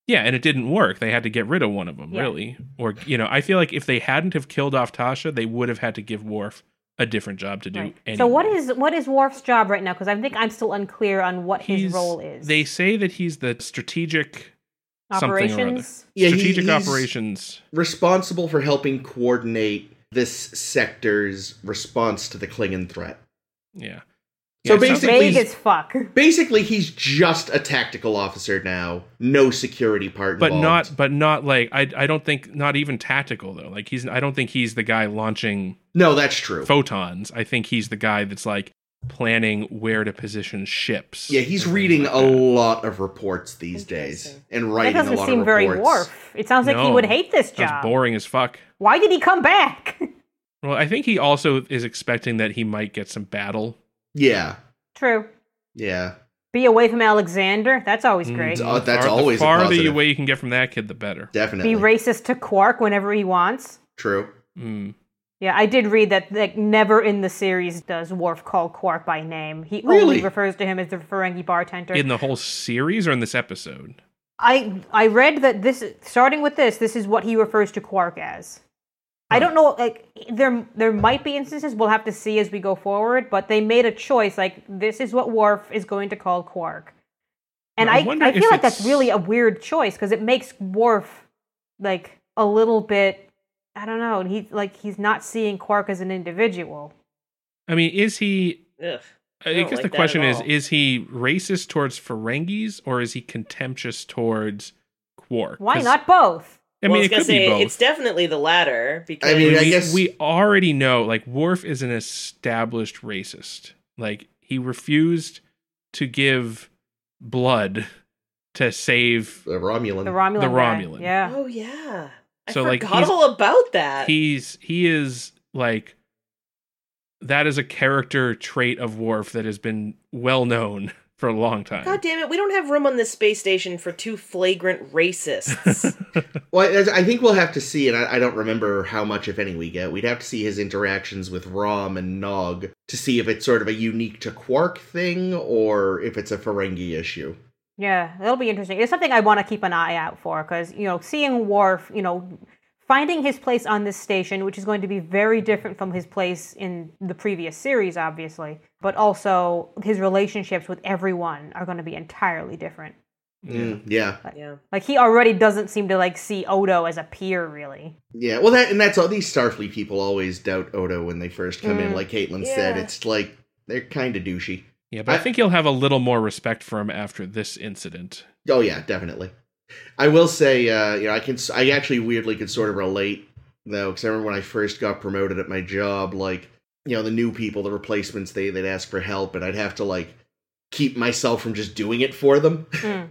S1: Yeah, and it didn't work. They had to get rid of one of them,
S2: Yeah.
S1: really. Or you know, I feel like if they hadn't have killed off Tasha, they would have had to give Worf a different job to do.
S2: Right.
S1: Anyway.
S2: So what is what is Worf's job right now? Because I think I'm still unclear on what his
S1: He's-
S2: role is.
S1: They say that he's the strategic something or other.
S2: operations.
S3: Yeah, he-
S1: strategic
S3: he's-
S1: operations.
S3: Responsible for helping coordinate this sector's response to the Klingon threat.
S1: Yeah.
S3: So
S1: Yeah,
S3: basically,
S2: Vague as fuck.
S3: basically, he's just a tactical officer now. No security part,
S1: but
S3: involved.
S1: not but not like I I don't think not even tactical though. Like he's I don't think he's the guy launching
S3: no, that's true.
S1: photons. I think he's the guy that's like planning where to position ships.
S3: Yeah, he's
S1: and things
S3: reading
S1: like
S3: a
S1: that.
S3: lot of reports these days
S4: Interesting.
S3: and
S2: That
S3: writing a
S2: doesn't
S3: lot
S2: seem
S3: of
S2: very
S3: reports.
S2: Worf. It sounds like he
S1: No.
S2: would hate this
S1: That's
S2: job.
S1: boring as fuck.
S2: Why did he come back? *laughs*
S1: Well, I think he also is expecting that he might get some battle.
S3: Yeah,
S2: True.
S3: yeah.
S2: Be away from Alexander. That's always
S1: Mm,
S2: great.
S1: the
S3: Oh, that's always a
S1: the farther
S3: positive.
S1: away you can get from that kid, the better.
S3: Definitely.
S2: Be racist to Quark whenever he wants.
S3: True.
S1: Mm.
S2: Yeah, I did read that like never in the series does Worf call Quark by name. He
S3: Really?
S2: only refers to him as the Ferengi bartender.
S1: In the whole series or in this episode?
S2: I I read that this starting with this, this is what he refers to Quark as. I don't know like there there might be instances we'll have to see as we go forward, but they made a choice like this is what Worf is going to call Quark. And
S1: I
S2: I,
S1: wonder
S2: I,
S1: if
S2: feel like that's
S1: it's-
S2: really a weird choice because it makes Worf like a little bit I don't know, and he's like he's not seeing Quark as an individual.
S1: I mean, is he?
S4: Ugh.
S1: I,
S4: don't
S1: guess
S4: like
S1: the
S4: that at
S1: question is:
S4: all.
S1: Is he racist towards Ferengis or is he contemptuous towards Quark?
S2: Why
S1: 'Cause-
S2: not both?
S1: I
S4: Well,
S1: mean,
S4: was
S1: it
S4: gonna
S1: could be both.
S4: It's definitely the latter because
S3: I mean,
S1: we,
S3: guess-
S1: we already know like Worf is an established racist. Like he refused to give blood to save.
S3: The Romulan.
S2: The Romulan.
S1: The
S2: guy.
S1: Romulan.
S2: Yeah.
S4: oh yeah, I
S1: So, like,
S4: forgot
S1: he's-
S4: all about
S3: Uh,
S4: that.
S1: He's he is like that is a character trait of Worf that has been well known for a long time.
S4: God damn it, we don't have room on this space station for two
S1: *laughs*
S4: flagrant racists.
S3: Well, I I think we'll have to see, and I, I don't remember how much, if any, we get. We'd have to see his interactions with Rom and Nog to see if it's sort of a unique to Quark thing or if it's a Ferengi issue.
S2: Yeah, that'll be interesting. It's something I want to keep an eye out for because you know, seeing Worf, you know, finding his place on this station, which is going to be very different from his place in the previous series, obviously, but also his relationships with everyone are going to be entirely different.
S1: Yeah.
S3: Mm, yeah,
S4: yeah.
S2: Like he already doesn't seem to like see Odo as a peer, really.
S3: yeah. Well, that and that's all. These Starfleet people always doubt Odo when they first come in.
S2: Mm,
S3: Like Caitlin
S4: yeah.
S3: said, it's like they're kind of douchey.
S1: Yeah, but I,
S3: I-
S1: think he'll have a little more respect for him after this incident.
S3: Oh yeah, definitely. I will say, uh, you know, I can. s- I actually weirdly could sort of relate though, because I remember when I first got promoted at my job, like you know, the new people, the replacements, they they'd ask for help, and I'd have to like keep myself from just doing it for them. *laughs*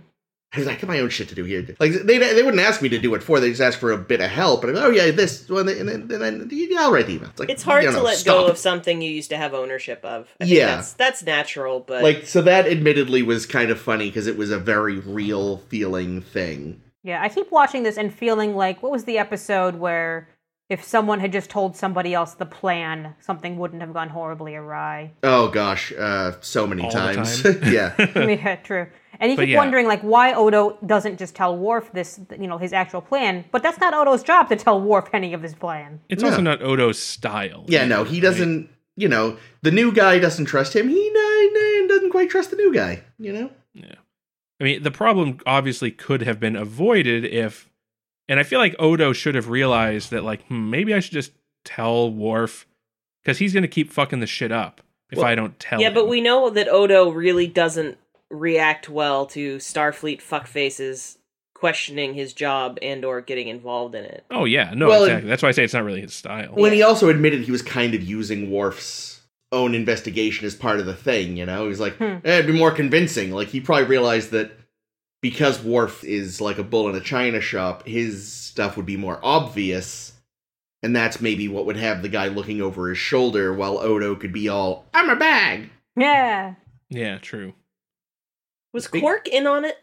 S2: Mm.
S3: I was like, I got my own shit to do here. Like they they wouldn't ask me to do it for. They just asked for a bit of help, and I'm oh yeah, this one, and then, and then yeah, I'll write the email. It's, like,
S4: It's hard
S3: you
S4: to
S3: know,
S4: let
S3: stop.
S4: go of something you used to have ownership of. I think
S3: Yeah.
S4: that's that's natural, but
S3: Like so that admittedly was kind of funny because it was a very real feeling thing.
S2: Yeah, I keep watching this and feeling like what was the episode where if someone had just told somebody else the plan, something wouldn't have gone horribly awry.
S3: Oh gosh, uh, so many
S1: All the
S3: times.
S1: time.
S3: *laughs* yeah,
S1: *laughs*
S2: yeah, true. And you
S1: But
S2: keep
S1: yeah.
S2: wondering like why Odo doesn't just tell Worf this, you know, his actual plan. But that's not Odo's job to tell Worf any of his plan.
S1: It's
S3: Yeah.
S1: also not Odo's style.
S3: yeah.
S1: *laughs*
S3: No, he doesn't. You know, the new guy doesn't trust him. He no, no, doesn't quite trust the new guy. You know.
S1: I mean, the problem obviously could have been avoided if, and I feel like Odo should have realized that, like, hmm, maybe I should just tell Worf because he's going to keep fucking the shit up if
S3: Well-
S1: I don't tell.
S4: yeah, but
S1: him.
S4: we know that Odo really doesn't react well to Starfleet fuckfaces questioning his job and or getting involved in it.
S1: Oh yeah, no,
S3: Well,
S1: exactly. That's why I say it's not really his style.
S3: When he also admitted he was kind of using Worf's own investigation as part of the thing. You know, he was like,
S2: Hmm.
S3: eh, it'd be more convincing. Like he probably realized that because Worf is like a bull in a china shop, his stuff would be more obvious. And that's maybe what would have the guy looking over his shoulder while Odo could be all, I'm a bag.
S1: Mm-hmm.
S2: Yeah.
S1: yeah, true.
S4: Was
S3: Speak-
S4: Quark in on it?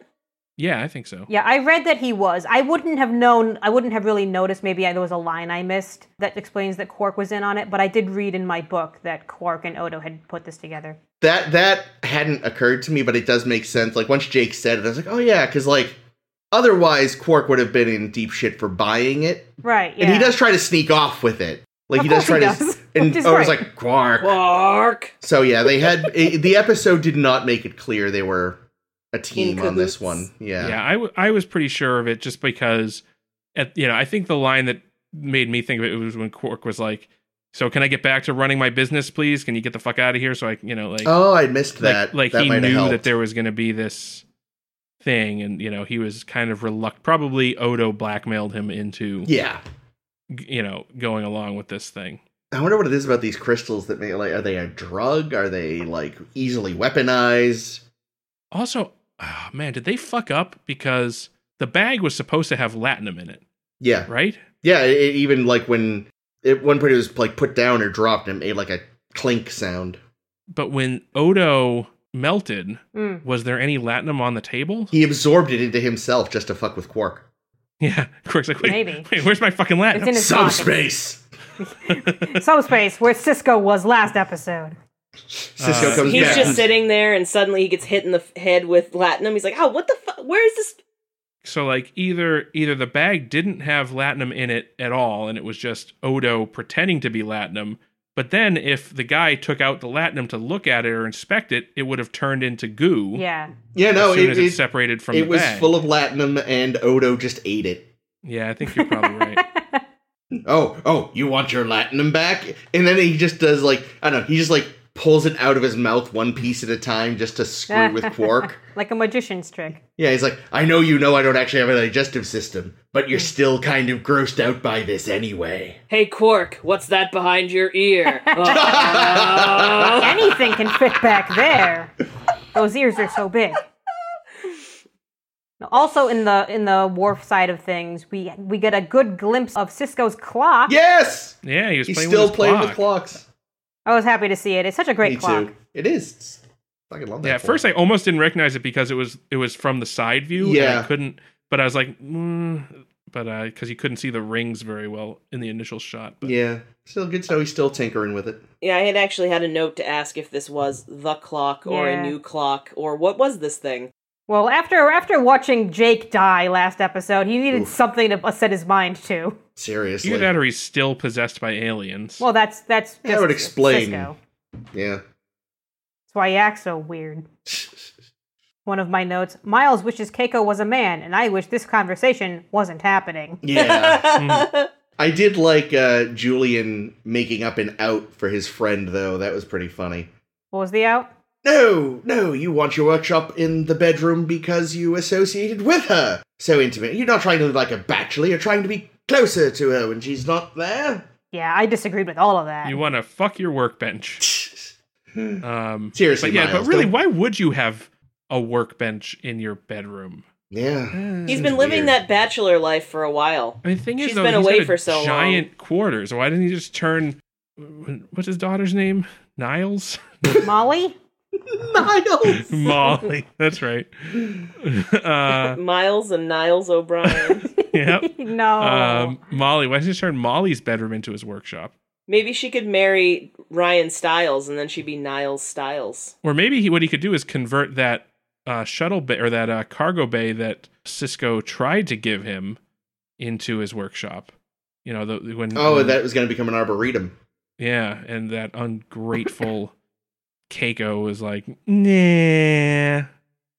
S1: Yeah, I think so.
S2: Yeah, I read that he was. I wouldn't have known, I wouldn't have really noticed. Maybe I, there was a line I missed that explains that Quark was in on it, but I did read in my book that Quark and Odo had put this together.
S3: that that hadn't occurred to me, but it does make sense. Like once Jake said it, I was like, oh yeah, because like otherwise Quark would have been in deep shit for buying it,
S2: Right, yeah.
S3: and he does try to sneak off with it. Like
S2: Of
S3: he does try
S2: course he *laughs*
S3: to,
S2: does,
S3: and
S2: which is
S3: I was
S2: right.
S3: like Quark.
S4: Quark.
S3: So yeah, they had *laughs* i the episode did not make it clear they were a team on
S4: cahoots.
S3: this one. Yeah,
S1: yeah I, w- I was pretty sure of it just because at you know i think the line that made me think of it was when quark was like so can i get back to running my business please can you get the fuck out of here so i can you know like
S3: Oh, I missed that.
S1: like, like
S3: that
S1: he
S3: might have
S1: knew
S3: helped.
S1: that there was going to be this thing and you know he was kind of reluctant probably odo blackmailed him into
S3: Yeah,
S1: g- you know going along with this thing
S3: I wonder what it is about these crystals that may like. Are they a drug? Are they like easily weaponized?
S1: also oh, man did they fuck up because the bag was supposed to have latinum in it
S3: Yeah,
S1: right
S3: Yeah, it, it even like when at one point it was like put down or dropped and it made like a clink sound.
S1: but when odo melted
S2: Mm.
S1: was there any latinum on the table
S3: He absorbed it into himself just to fuck with Quark.
S1: *laughs* Yeah, Quirk's like, wait,
S2: Maybe.
S1: wait, where's my fucking
S2: It's
S1: Latin?
S2: in his pocket.
S3: Subspace.
S2: Subspace, where Cisco was last episode.
S3: Cisco
S1: Uh,
S3: comes
S4: He's
S3: back.
S4: just sitting there and suddenly he gets hit in the f- head with latinum. He's like, "Oh, what the fu- Where is this
S1: so like either either the bag didn't have latinum in it at all, and it was just Odo pretending to be latinum, But then if the guy took out the latinum to look at it or inspect it, it would have turned into goo.
S2: Yeah.
S3: Yeah, no,
S1: as soon
S3: Oh, it,
S1: as it's
S3: it-
S1: separated from
S3: it
S1: the
S3: was
S1: bag.
S3: full of latinum, and Odo just ate it.
S1: yeah, I think you're
S3: *laughs*
S1: probably right.
S3: Oh, oh, you want your latinum back? And then he just does like I don't know. He just like pulls it out of his mouth one piece at a time just to screw
S4: *laughs*
S3: with Quark.
S2: like a magician's trick.
S3: Yeah, he's like, I know you know I don't actually have a digestive system, but
S4: Mm.
S3: you're still kind of grossed out by this anyway.
S5: *laughs* Hey Quark, what's that behind your
S4: *laughs*
S5: ear? Oh.
S2: Anything can fit back there. Those ears are so big. Also in the in the wharf side of things, we we get a good glimpse of Cisco's clock.
S3: Yes,
S1: Yeah, he was
S3: he's
S1: playing
S3: still
S1: with his
S3: playing
S1: clock.
S3: with clocks.
S2: I was happy to see it. It's such a great
S3: Me
S2: clock.
S3: too. It is. It's- I fucking love that.
S1: Yeah, at
S3: clock.
S1: first I almost didn't recognize it because it was it was from the side view. and
S3: Yeah.
S1: I couldn't. But I was like, mm, but because you couldn't see the rings very well in the initial shot. But
S3: yeah, still good. So he's still tinkering with it.
S4: Yeah, I had actually had a note to ask if this was the clock or
S2: Yeah.
S4: a new clock or what was this thing.
S2: Well, after after watching Jake die last episode, he needed
S3: Oof.
S2: something to uh, set his mind to.
S3: Seriously.
S1: either that or he's still possessed by aliens.
S2: Well, that's that's
S3: That
S2: just
S3: would explain.
S2: Cisco.
S3: yeah.
S2: That's why he acts so
S3: *laughs*
S2: weird. One of my notes: Miles wishes Keiko was a man, and I wish this conversation wasn't happening.
S3: Yeah. *laughs*
S4: *laughs*
S3: I did like uh, Julian making up an out for his friend, though. That was pretty funny.
S2: What was the out?
S3: No, no, you want your workshop in the bedroom because you associated with her. So intimate. You're not trying to look like a bachelor, you're trying to be closer to her when she's not there. *laughs*
S2: Yeah, I disagreed with all of that.
S1: you want to fuck your
S3: *laughs*
S1: workbench. Um,
S3: Seriously,
S1: but yeah,
S3: Miles,
S1: but really,
S3: don't-
S1: why would you have a workbench in your bedroom? Mm-hmm.
S3: Yeah.
S4: He's been living
S3: weird.
S4: that bachelor life for a while.
S1: I mean, the thing is,
S4: She's
S1: though,
S4: been
S1: he's
S4: away
S1: got a
S4: for so long.
S1: giant quarters. Why didn't he just turn? What's his daughter's name? Niles.
S3: *laughs*
S1: *laughs*
S2: Molly?
S3: Miles!
S1: Molly. That's
S3: *laughs*
S1: right. Uh,
S4: Miles and
S1: *laughs*
S4: Niles O'Brien. *laughs*
S1: yep.
S2: *laughs* no.
S1: Um, Molly, why doesn't he just turn Molly's bedroom into his workshop?
S4: Maybe she could marry Ryan Stiles and then she'd be Niles Stiles.
S1: Or maybe he, what he could do is convert that uh, shuttle bay or that uh, cargo bay that Cisco tried to give him into his workshop. You know, the, when
S3: Oh,
S1: when-
S3: that was going to become an arboretum.
S1: yeah, and that
S3: *laughs*
S1: ungrateful Keiko was like, nah,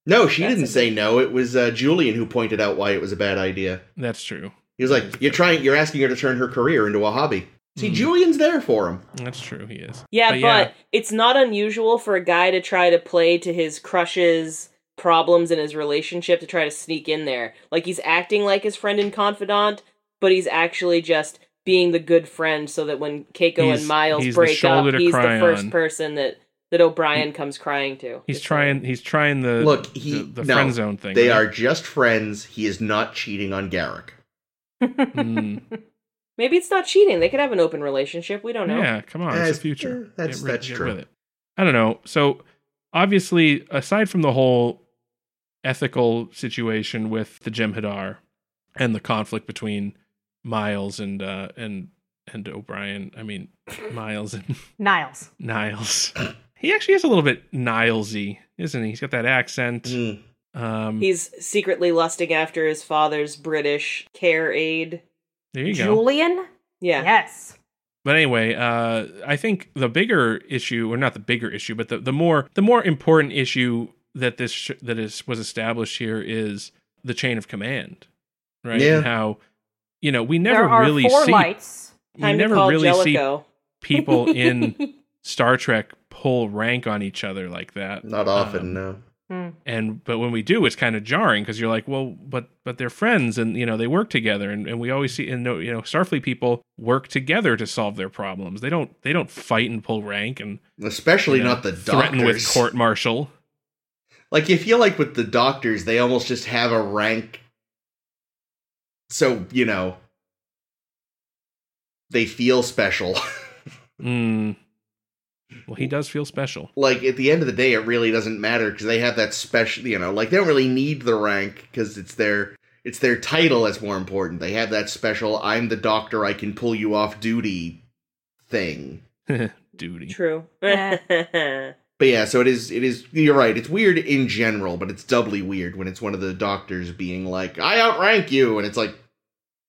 S3: No, she
S4: That's
S3: didn't
S4: a-
S3: say no. It was uh, Julian who pointed out why it was a bad idea.
S1: that's true,
S3: He was like, "You're trying. You're asking her to turn her career into a hobby." See,
S1: Mhm.
S3: Julian's there for him.
S1: that's true. He is.
S4: Yeah,
S1: But
S4: but,
S1: yeah.
S4: it's not unusual for a guy to try to play to his crushes problems in his relationship to try to sneak in there. Like he's acting like his friend and confidant, but he's actually just being the good friend so that when Keiko
S1: He's-
S4: and Miles
S1: he's the
S4: break up,
S1: shoulder to
S4: he's
S1: cry
S4: the first
S1: on.
S4: person that that O'Brien comes crying to.
S1: He's
S4: It's
S1: trying. He's trying the
S3: Look,
S1: the-
S3: he-
S1: the,
S3: no,
S1: friend zone thing.
S3: They
S1: right?
S3: are just friends. He is not cheating on Garrick.
S1: Mm.
S4: like- Maybe it's not cheating. They could have an open relationship. We don't know.
S1: Yeah, come on,
S3: That's-
S1: it's the future.
S3: yeah, that's-
S1: Get rid-
S3: that's
S1: get
S3: true.
S1: with it. I don't know. So obviously, aside from the whole ethical situation with the Jem'Hadar and the conflict between Miles and uh, and and O'Brien, I
S4: *laughs*
S1: mean Miles and *laughs*
S2: Niles.
S1: Niles. He actually is a little bit Nilesy, isn't he? He's got that accent.
S3: Mm.
S1: Um,
S4: He's secretly lusting after his father's British care aide.
S1: there you go.
S2: Julian?
S4: Yeah.
S2: Yes.
S1: But anyway, uh, I think the bigger issue, or not the bigger issue, but the, the more the more important issue that this sh- that is was established here is the chain of command, right?
S3: Yeah.
S1: And how you know we
S2: there
S1: never
S2: are
S1: really
S2: four
S1: see
S2: lights.
S1: we
S4: Time
S1: never
S4: to call
S1: really see
S4: Jellicoe.
S1: people
S4: *laughs*
S1: in Star Trek pull rank on each other like that.
S3: Not often, no.
S1: And but when we do, it's kind of jarring because you're like, well, but but they're friends and you know they work together and, and we always see and no you know Starfleet people work together to solve their problems. They don't they don't fight and pull rank and
S3: Especially
S1: you know,
S3: not the
S1: threatened with
S3: doctors.
S1: court martial.
S3: Like you feel like with the doctors, they almost just have a rank. So you know, they feel special.
S1: Mm. Well, he does feel special.
S3: like at the end of the day, it really doesn't matter because they have that special. You know, like they don't really need the rank because it's their it's their title that's more important. They have that special. I'm the doctor. I can pull you off duty thing.
S1: Duty.
S4: True.
S3: But yeah, so it is. It is. You're right. It's weird in general, but it's doubly weird when it's one of the doctors being like, "I outrank you," and it's like,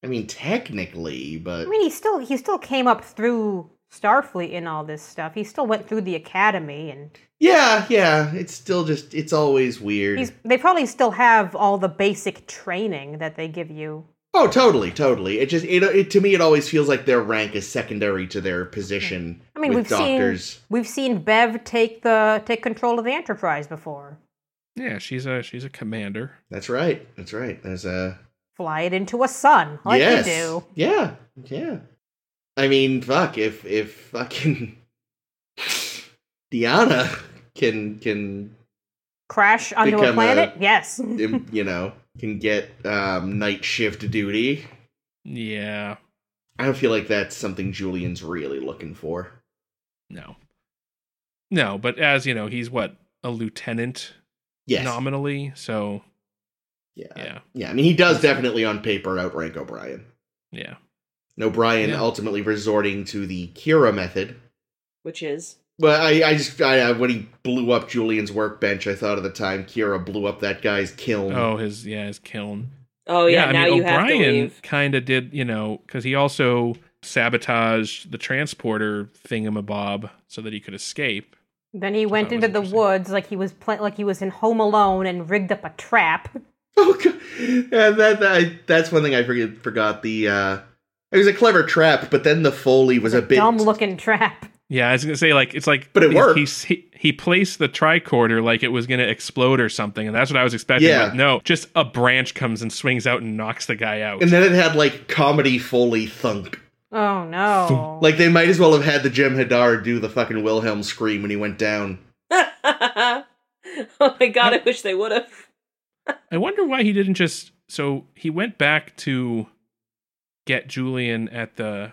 S3: I mean, technically,
S2: I
S3: but
S2: mean, he still he still came up through Starfleet in all this stuff. He still went through the academy, and
S3: Yeah, yeah. It's still just it's always weird.
S2: he's, they probably still have all the basic training that they give you.
S3: Oh, totally, totally. It just it, it to me it always feels like their rank is secondary to their position.
S2: I mean, we've
S3: with doctors.
S2: seen we've seen Bev take the take control of the Enterprise before,
S1: Yeah, she's a she's a commander.
S3: That's right. That's right. There's a
S2: fly it into a sun like
S3: yes.
S2: you do.
S3: Yeah. Yeah. I mean, fuck. If if fucking Deanna can can
S2: Crash onto
S3: Become
S2: a
S3: a-
S2: planet. yes,
S3: im- you know can get um, night shift duty,
S1: Yeah,
S3: I don't feel like that's something Julian's really looking for.
S1: no, no. But as you know, he's what a lieutenant
S3: Yes. Uh,
S1: nominally. So
S3: yeah. yeah.
S1: yeah,
S3: I mean, he does definitely on paper outrank O'Brien.
S1: yeah.
S3: And O'Brien
S1: Yeah.
S3: ultimately resorting to the Kira method,
S4: *laughs* which is
S3: Well, I, I just I, uh when he blew up Julian's workbench, I thought at the time Kira blew up that guy's kiln.
S1: Oh, his yeah, his kiln.
S4: oh yeah, now
S1: I mean
S4: you have to
S1: O'Brien
S4: leave. *laughs*
S1: kind of did you know because he also sabotaged the transporter thingamabob so that he could escape.
S2: Then he went
S1: that was
S2: into the
S1: interesting.
S2: woods like he was pla like he was in Home Alone and rigged up a trap.
S3: *laughs* Oh, God. and that, that I, that's one thing I forget, forgot. The uh, it was a clever trap, but then the foley was a bit.
S2: Dumb looking trap.
S1: Yeah, I was gonna say like it's like,
S3: But it
S1: he,
S3: worked.
S1: He, he he placed the tricorder like it was gonna explode or something, and that's what I was expecting.
S3: Yeah.
S1: But no, just a branch comes and swings out and knocks the guy out.
S3: and then it had like comedy foley thunk.
S2: Oh no!
S3: *laughs* Like they might as well have had the Jim Hadar do the fucking Wilhelm scream when he went down.
S4: oh my god, I wish they would have.
S1: I wonder why he didn't just. So he went back to get Julian at the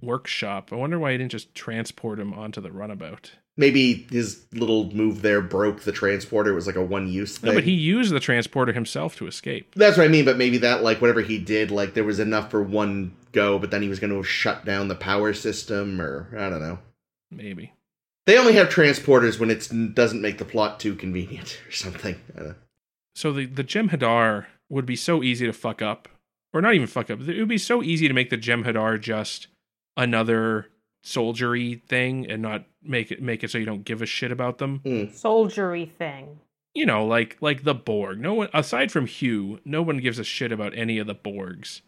S1: workshop. I wonder why he didn't just transport him onto the runabout.
S3: Maybe his little move there broke the transporter. It was like a one use thing.
S1: No, but he used the transporter himself to escape.
S3: That's what I mean, but maybe that, like, whatever he did, like, there was enough for one go, but then he was going to shut down the power system, or I don't know.
S1: Maybe.
S3: They only have transporters when it doesn't make the plot too convenient *laughs* or something. I don't know.
S1: So the the Gem Hadar would be so easy to fuck up, or not even fuck up. It would be so easy to make the Gem Hadar just another soldiery thing and not make it make it so you don't give a shit about them.
S2: soldiery thing.
S1: you know, like like the Borg. No one aside from Hugh, no one gives a shit about any of the Borgs.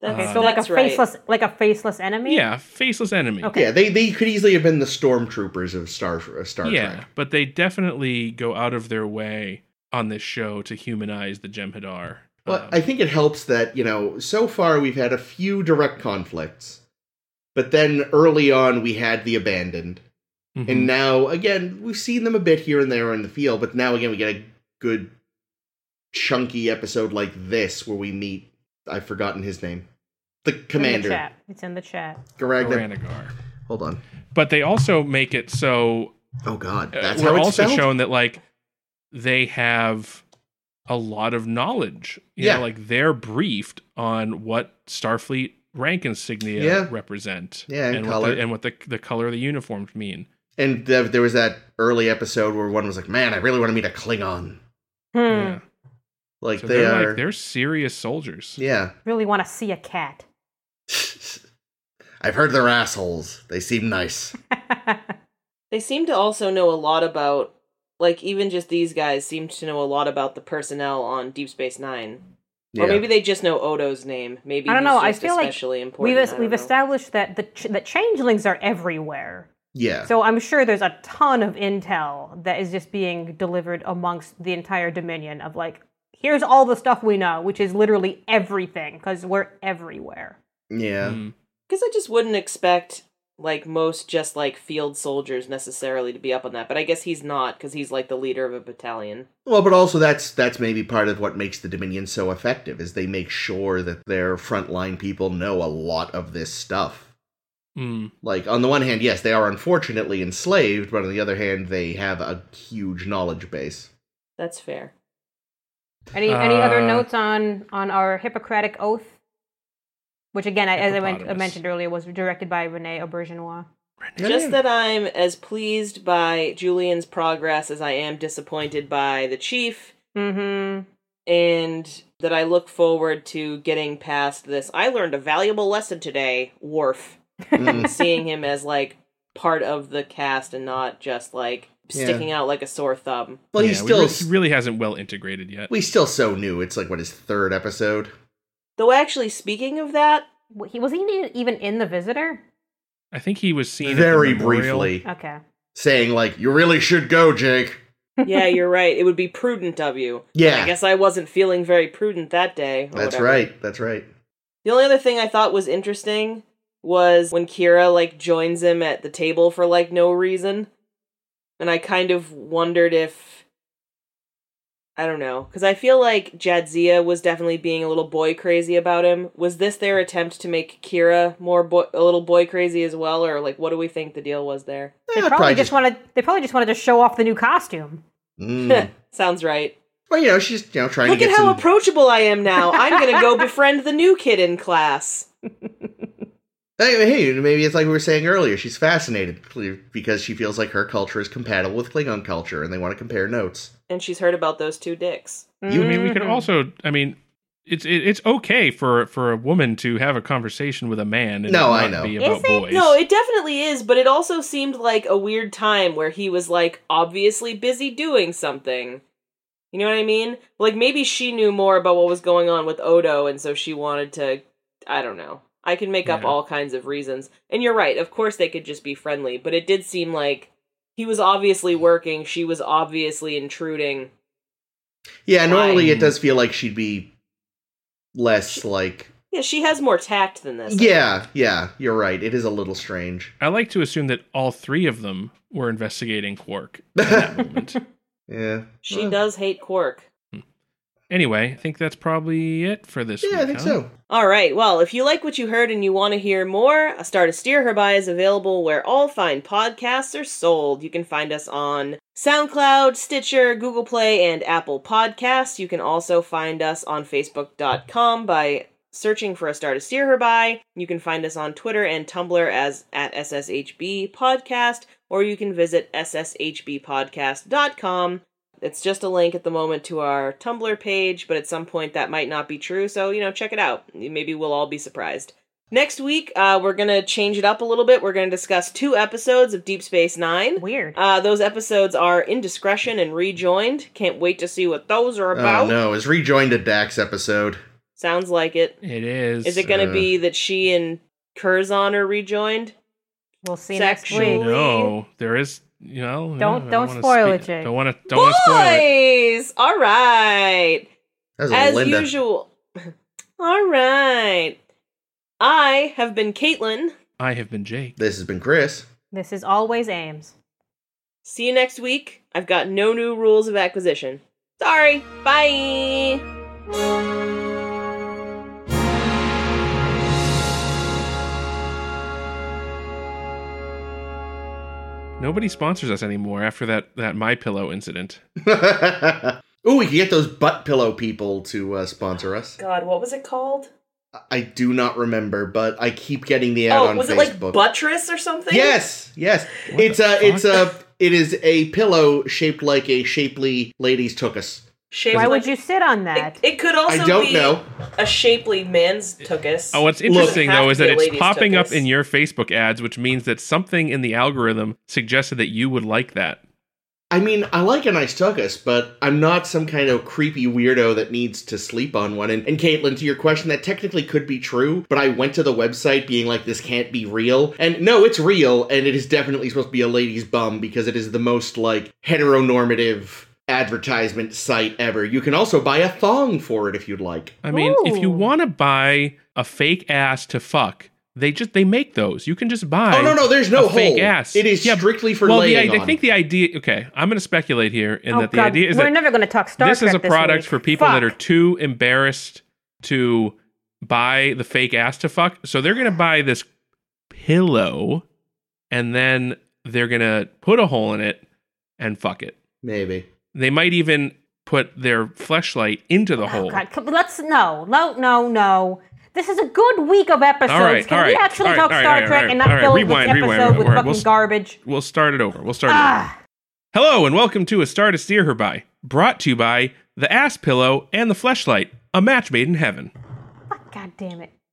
S4: That's,
S1: Uh,
S2: so like a
S4: that's right.
S2: faceless, like a faceless enemy.
S1: Yeah, faceless enemy.
S2: Okay.
S3: Yeah, they, they could easily have been the stormtroopers of Star, of Star
S1: yeah,
S3: Trek.
S1: but they definitely go out of their way on this show to humanize the Jem'Hadar.
S3: Well,
S1: Um,
S3: I think it helps that, you know, so far we've had a few direct conflicts, but then early on we had the abandoned.
S1: mhm.
S3: And now, again, we've seen them a bit here and there in the field, but now again, we get a good, chunky episode like this where we meet. I've forgotten his name. The
S2: It's in the
S3: commander.
S2: chat. It's in the chat.
S3: Garagna.
S1: Baranagar.
S3: Hold on.
S1: But they also make it so
S3: Oh, God.
S1: uh,
S3: That's
S1: we're
S3: how it's
S1: also
S3: spelled?
S1: shown that like they have a lot of knowledge. You
S3: Yeah.
S1: know, like they're briefed on what Starfleet rank insignia
S3: Yeah.
S1: represent.
S3: Yeah, and
S1: What
S3: color.
S1: the, and what the the color of the uniforms mean.
S3: And th- there was that early episode where one was like, man, I really want to meet a Klingon.
S2: Hmm.
S1: Yeah.
S3: Like,
S1: So
S3: they
S1: they're
S3: are.
S1: like they're serious soldiers.
S3: yeah. *laughs*
S2: Really want to see a cat. *laughs*
S3: I've heard they're assholes. They seem nice.
S4: They seem to also know a lot about, like, even just these guys seem to know a lot about the personnel on Deep Space Nine.
S3: Yeah.
S4: Or maybe they just know Odo's name. Maybe
S2: I don't
S4: he's
S2: know, I
S4: just
S2: feel like
S4: especially
S2: we've
S4: important. I
S2: es-
S4: don't
S2: we've
S4: know.
S2: established that the ch- that changelings are everywhere.
S3: yeah.
S2: So I'm sure there's a ton of intel that is just being delivered amongst the entire Dominion of like, here's all the stuff we know, which is literally everything because we're everywhere.
S3: yeah.
S1: Mm.
S4: Because I just wouldn't expect like most just like field soldiers necessarily to be up on that, but I guess he's not because he's like the leader of a battalion.
S3: Well, but also that's that's maybe part of what makes the Dominion so effective is they make sure that their frontline people know a lot of this stuff.
S1: Mm.
S3: Like on the one hand, yes, they are unfortunately enslaved, but on the other hand, they have a huge knowledge
S4: *laughs*
S3: base.
S4: That's fair.
S2: Any any other
S1: Uh,
S2: notes on on our Hippocratic oath, which again, I, as I, men- I
S1: Hippopotamus.
S2: mentioned earlier, was directed by Rene Auberginois.
S4: Just that I'm as pleased by Julian's progress as I am disappointed by the chief,
S2: Mm-hmm.
S4: and that I look forward to getting past this. I learned a valuable lesson today, Worf.
S3: Mm.
S4: seeing him as like part of the cast and not just like
S3: Yeah.
S4: sticking out like a sore thumb.
S3: Well,
S1: Yeah,
S3: he's
S1: we
S3: still
S1: re- he really hasn't well integrated yet.
S3: we still so new. It's like what his third episode.
S4: Though actually speaking of that,
S2: W- He was he even in the visitor?
S1: I think he was seen at the
S3: Very
S1: memorial.
S3: briefly
S1: Eh,
S2: Okay.
S3: saying like, "You really should go, Jake."
S4: yeah, you're right. It would be prudent of you. I
S3: Yeah,
S4: guess I wasn't feeling very prudent that day. or
S3: that's
S4: whatever.
S3: right. That's right.
S4: The only other thing I thought was interesting was when Kira like joins him at the table for like no reason. And I kind of wondered if I don't know, cuz I feel like Jadzia was definitely being a little boy crazy about him. Was this their attempt to make Kira more boy- a little boy crazy as well or like what do we think the deal was there?
S2: They
S3: Eh,
S2: probably, just wanted. They probably just wanted to show off the new costume.
S3: Mm.
S4: Sounds right.
S3: well, you know, she's you know trying
S4: Look
S3: to
S4: at
S3: get
S4: how
S3: some.
S4: approachable I am now. I'm going
S3: *laughs*
S4: to go befriend the new kid in class.
S3: hey, hey, maybe it's like we were saying earlier. She's fascinated clear- because she feels like her culture is compatible with Klingon culture, and they want to compare notes.
S4: And she's heard about those two dicks.
S1: I mean, we could
S2: Mhm.
S1: also. I mean, it's it, it's okay for for a woman to have a conversation with a man. And
S3: No,
S1: it
S3: I
S1: not
S3: know.
S1: Be
S2: Is
S1: about
S2: it?
S1: boys.
S4: No, it definitely is, but it also seemed like a weird time where he was like obviously busy doing something. You know what I mean? Like maybe she knew more about what was going on with Odo and so she wanted to I don't know. I can make up
S1: Yeah.
S4: all kinds of reasons. And you're right, of course they could just be friendly, but it did seem like he was obviously working, she was obviously intruding.
S3: Yeah, normally
S1: Why?
S3: it does feel like she'd be less like.
S4: Yeah, she has more tact than this.
S3: Yeah, yeah, you're right. It is a little strange.
S1: I like to assume that all three of them were investigating Quark at
S3: *laughs*
S1: that moment.
S3: Yeah,
S4: She
S3: Well,
S4: does hate Quark.
S1: Anyway, I think that's probably it for this.
S3: Yeah,
S1: week,
S3: I think
S1: huh?
S3: so.
S4: All right, well, if you like what you heard and you want to hear more, A Star to Steer Her By is available where all fine podcasts are sold. You can find us on SoundCloud, Stitcher, Google Play, and Apple Podcasts. You can also find us on Facebook.com by searching for A Star to Steer Her By. You can find us on Twitter and Tumblr as at SSHB Podcast, or you can visit SSHBpodcast.com it's just a link at the moment to our Tumblr page, but at some point that might not be true, so you know, check it out. Maybe we'll all be surprised. Next week, uh, we're gonna change it up a little bit. We're gonna discuss two episodes of Deep Space Nine.
S2: Weird.
S4: Uh, those episodes are Indiscretion and Rejoined. Can't wait to see what those are
S3: Oh
S4: about.
S3: no, it's rejoined a Dax episode.
S4: Sounds like it.
S1: It is.
S4: Is it gonna
S3: Uh.
S4: be that she and Curzon are rejoined?
S2: We'll see
S4: Sexual-
S2: next week.
S1: No, there is. You know,
S2: Don't-
S1: yeah, I
S2: don't
S1: wanna
S2: spoil
S1: speak-
S2: it, Jake.
S1: Don't want to. Don't want to spoil it.
S4: Boys! All right.
S3: That was a
S4: As
S3: Linda.
S4: usual. *laughs* All right. I have been Caitlin.
S1: I have been Jake.
S3: This has been Chris. *laughs*
S2: This is always Ames.
S4: See you next week. I've got no new rules of acquisition. Sorry. Bye.
S1: Nobody sponsors us anymore after that that My Pillow incident.
S3: Ooh, we can get those butt pillow people to uh, sponsor us.
S4: God, what was it called?
S3: I- I do not remember, but I keep getting the ad
S4: Oh,
S3: on Facebook.
S4: buttress or something?
S3: yes, yes.
S1: What
S3: it's
S1: the
S3: a, it's
S1: fuck?
S3: a, it is a pillow shaped like a shapely ladies took us.
S4: Shaped
S2: Why
S4: like-
S2: would you sit on that?
S4: It, it could also
S3: I don't
S4: be
S3: know.
S4: a shapely man's tuchus.
S1: Oh, what's
S4: It doesn't
S1: interesting
S4: have
S1: though
S4: to
S1: is
S4: be
S1: that
S4: a
S1: it's
S4: lady's
S1: popping up
S4: tuchus.
S1: in your Facebook ads, which means that something in the algorithm suggested that you would like that.
S3: I mean, I like a nice tuchus, but I'm not some kind of creepy weirdo that needs to sleep on one. And, and Caitlin, to your question, that technically could be true, but I went to the website being like, this can't be real. And no, it's real, and it is definitely supposed to be a lady's bum because it is the most, like, heteronormative advertisement site ever. You can also buy a thong for it if you'd like.
S1: I mean, if you
S2: Ooh.
S1: want to buy a fake ass to fuck, they just they make those. You can just buy.
S3: Oh, no, no, there's no
S1: a fake
S3: hole.
S1: ass.
S3: It is
S1: Yeah,
S3: strictly for
S1: well, the,
S3: laying
S1: I, I
S3: on.
S1: think the idea. Okay, I'm going to speculate here, in
S2: oh,
S1: that the
S2: God.
S1: idea is
S2: we're
S1: that
S2: never going to talk Star
S1: this
S2: Trek
S1: is a product
S2: week.
S1: for people that are
S2: Fuck.
S1: too embarrassed to buy the fake ass to fuck. So they're going to buy this pillow and then they're going to put a hole in it and fuck it.
S3: Maybe.
S1: They might even put their fleshlight into the
S2: Oh,
S1: hole.
S2: God. Come- Let's no, no, no, no. This is a good week of episodes.
S1: All right,
S2: Can
S1: all
S2: we
S1: right,
S2: actually
S1: all right,
S2: talk
S1: all right,
S2: Star
S1: all right,
S2: Trek
S1: all right,
S2: and not
S1: all right.
S2: fill
S1: Rewind,
S2: this
S1: rewind,
S2: episode with
S1: all right,
S2: fucking
S1: we'll s-
S2: garbage?
S1: We'll start it over. We'll start it over.
S2: Ah.
S1: Hello and welcome to A Star to Steer Her By, brought to you by the ass pillow and the fleshlight, a match made in heaven.
S2: Fuck, God damn it.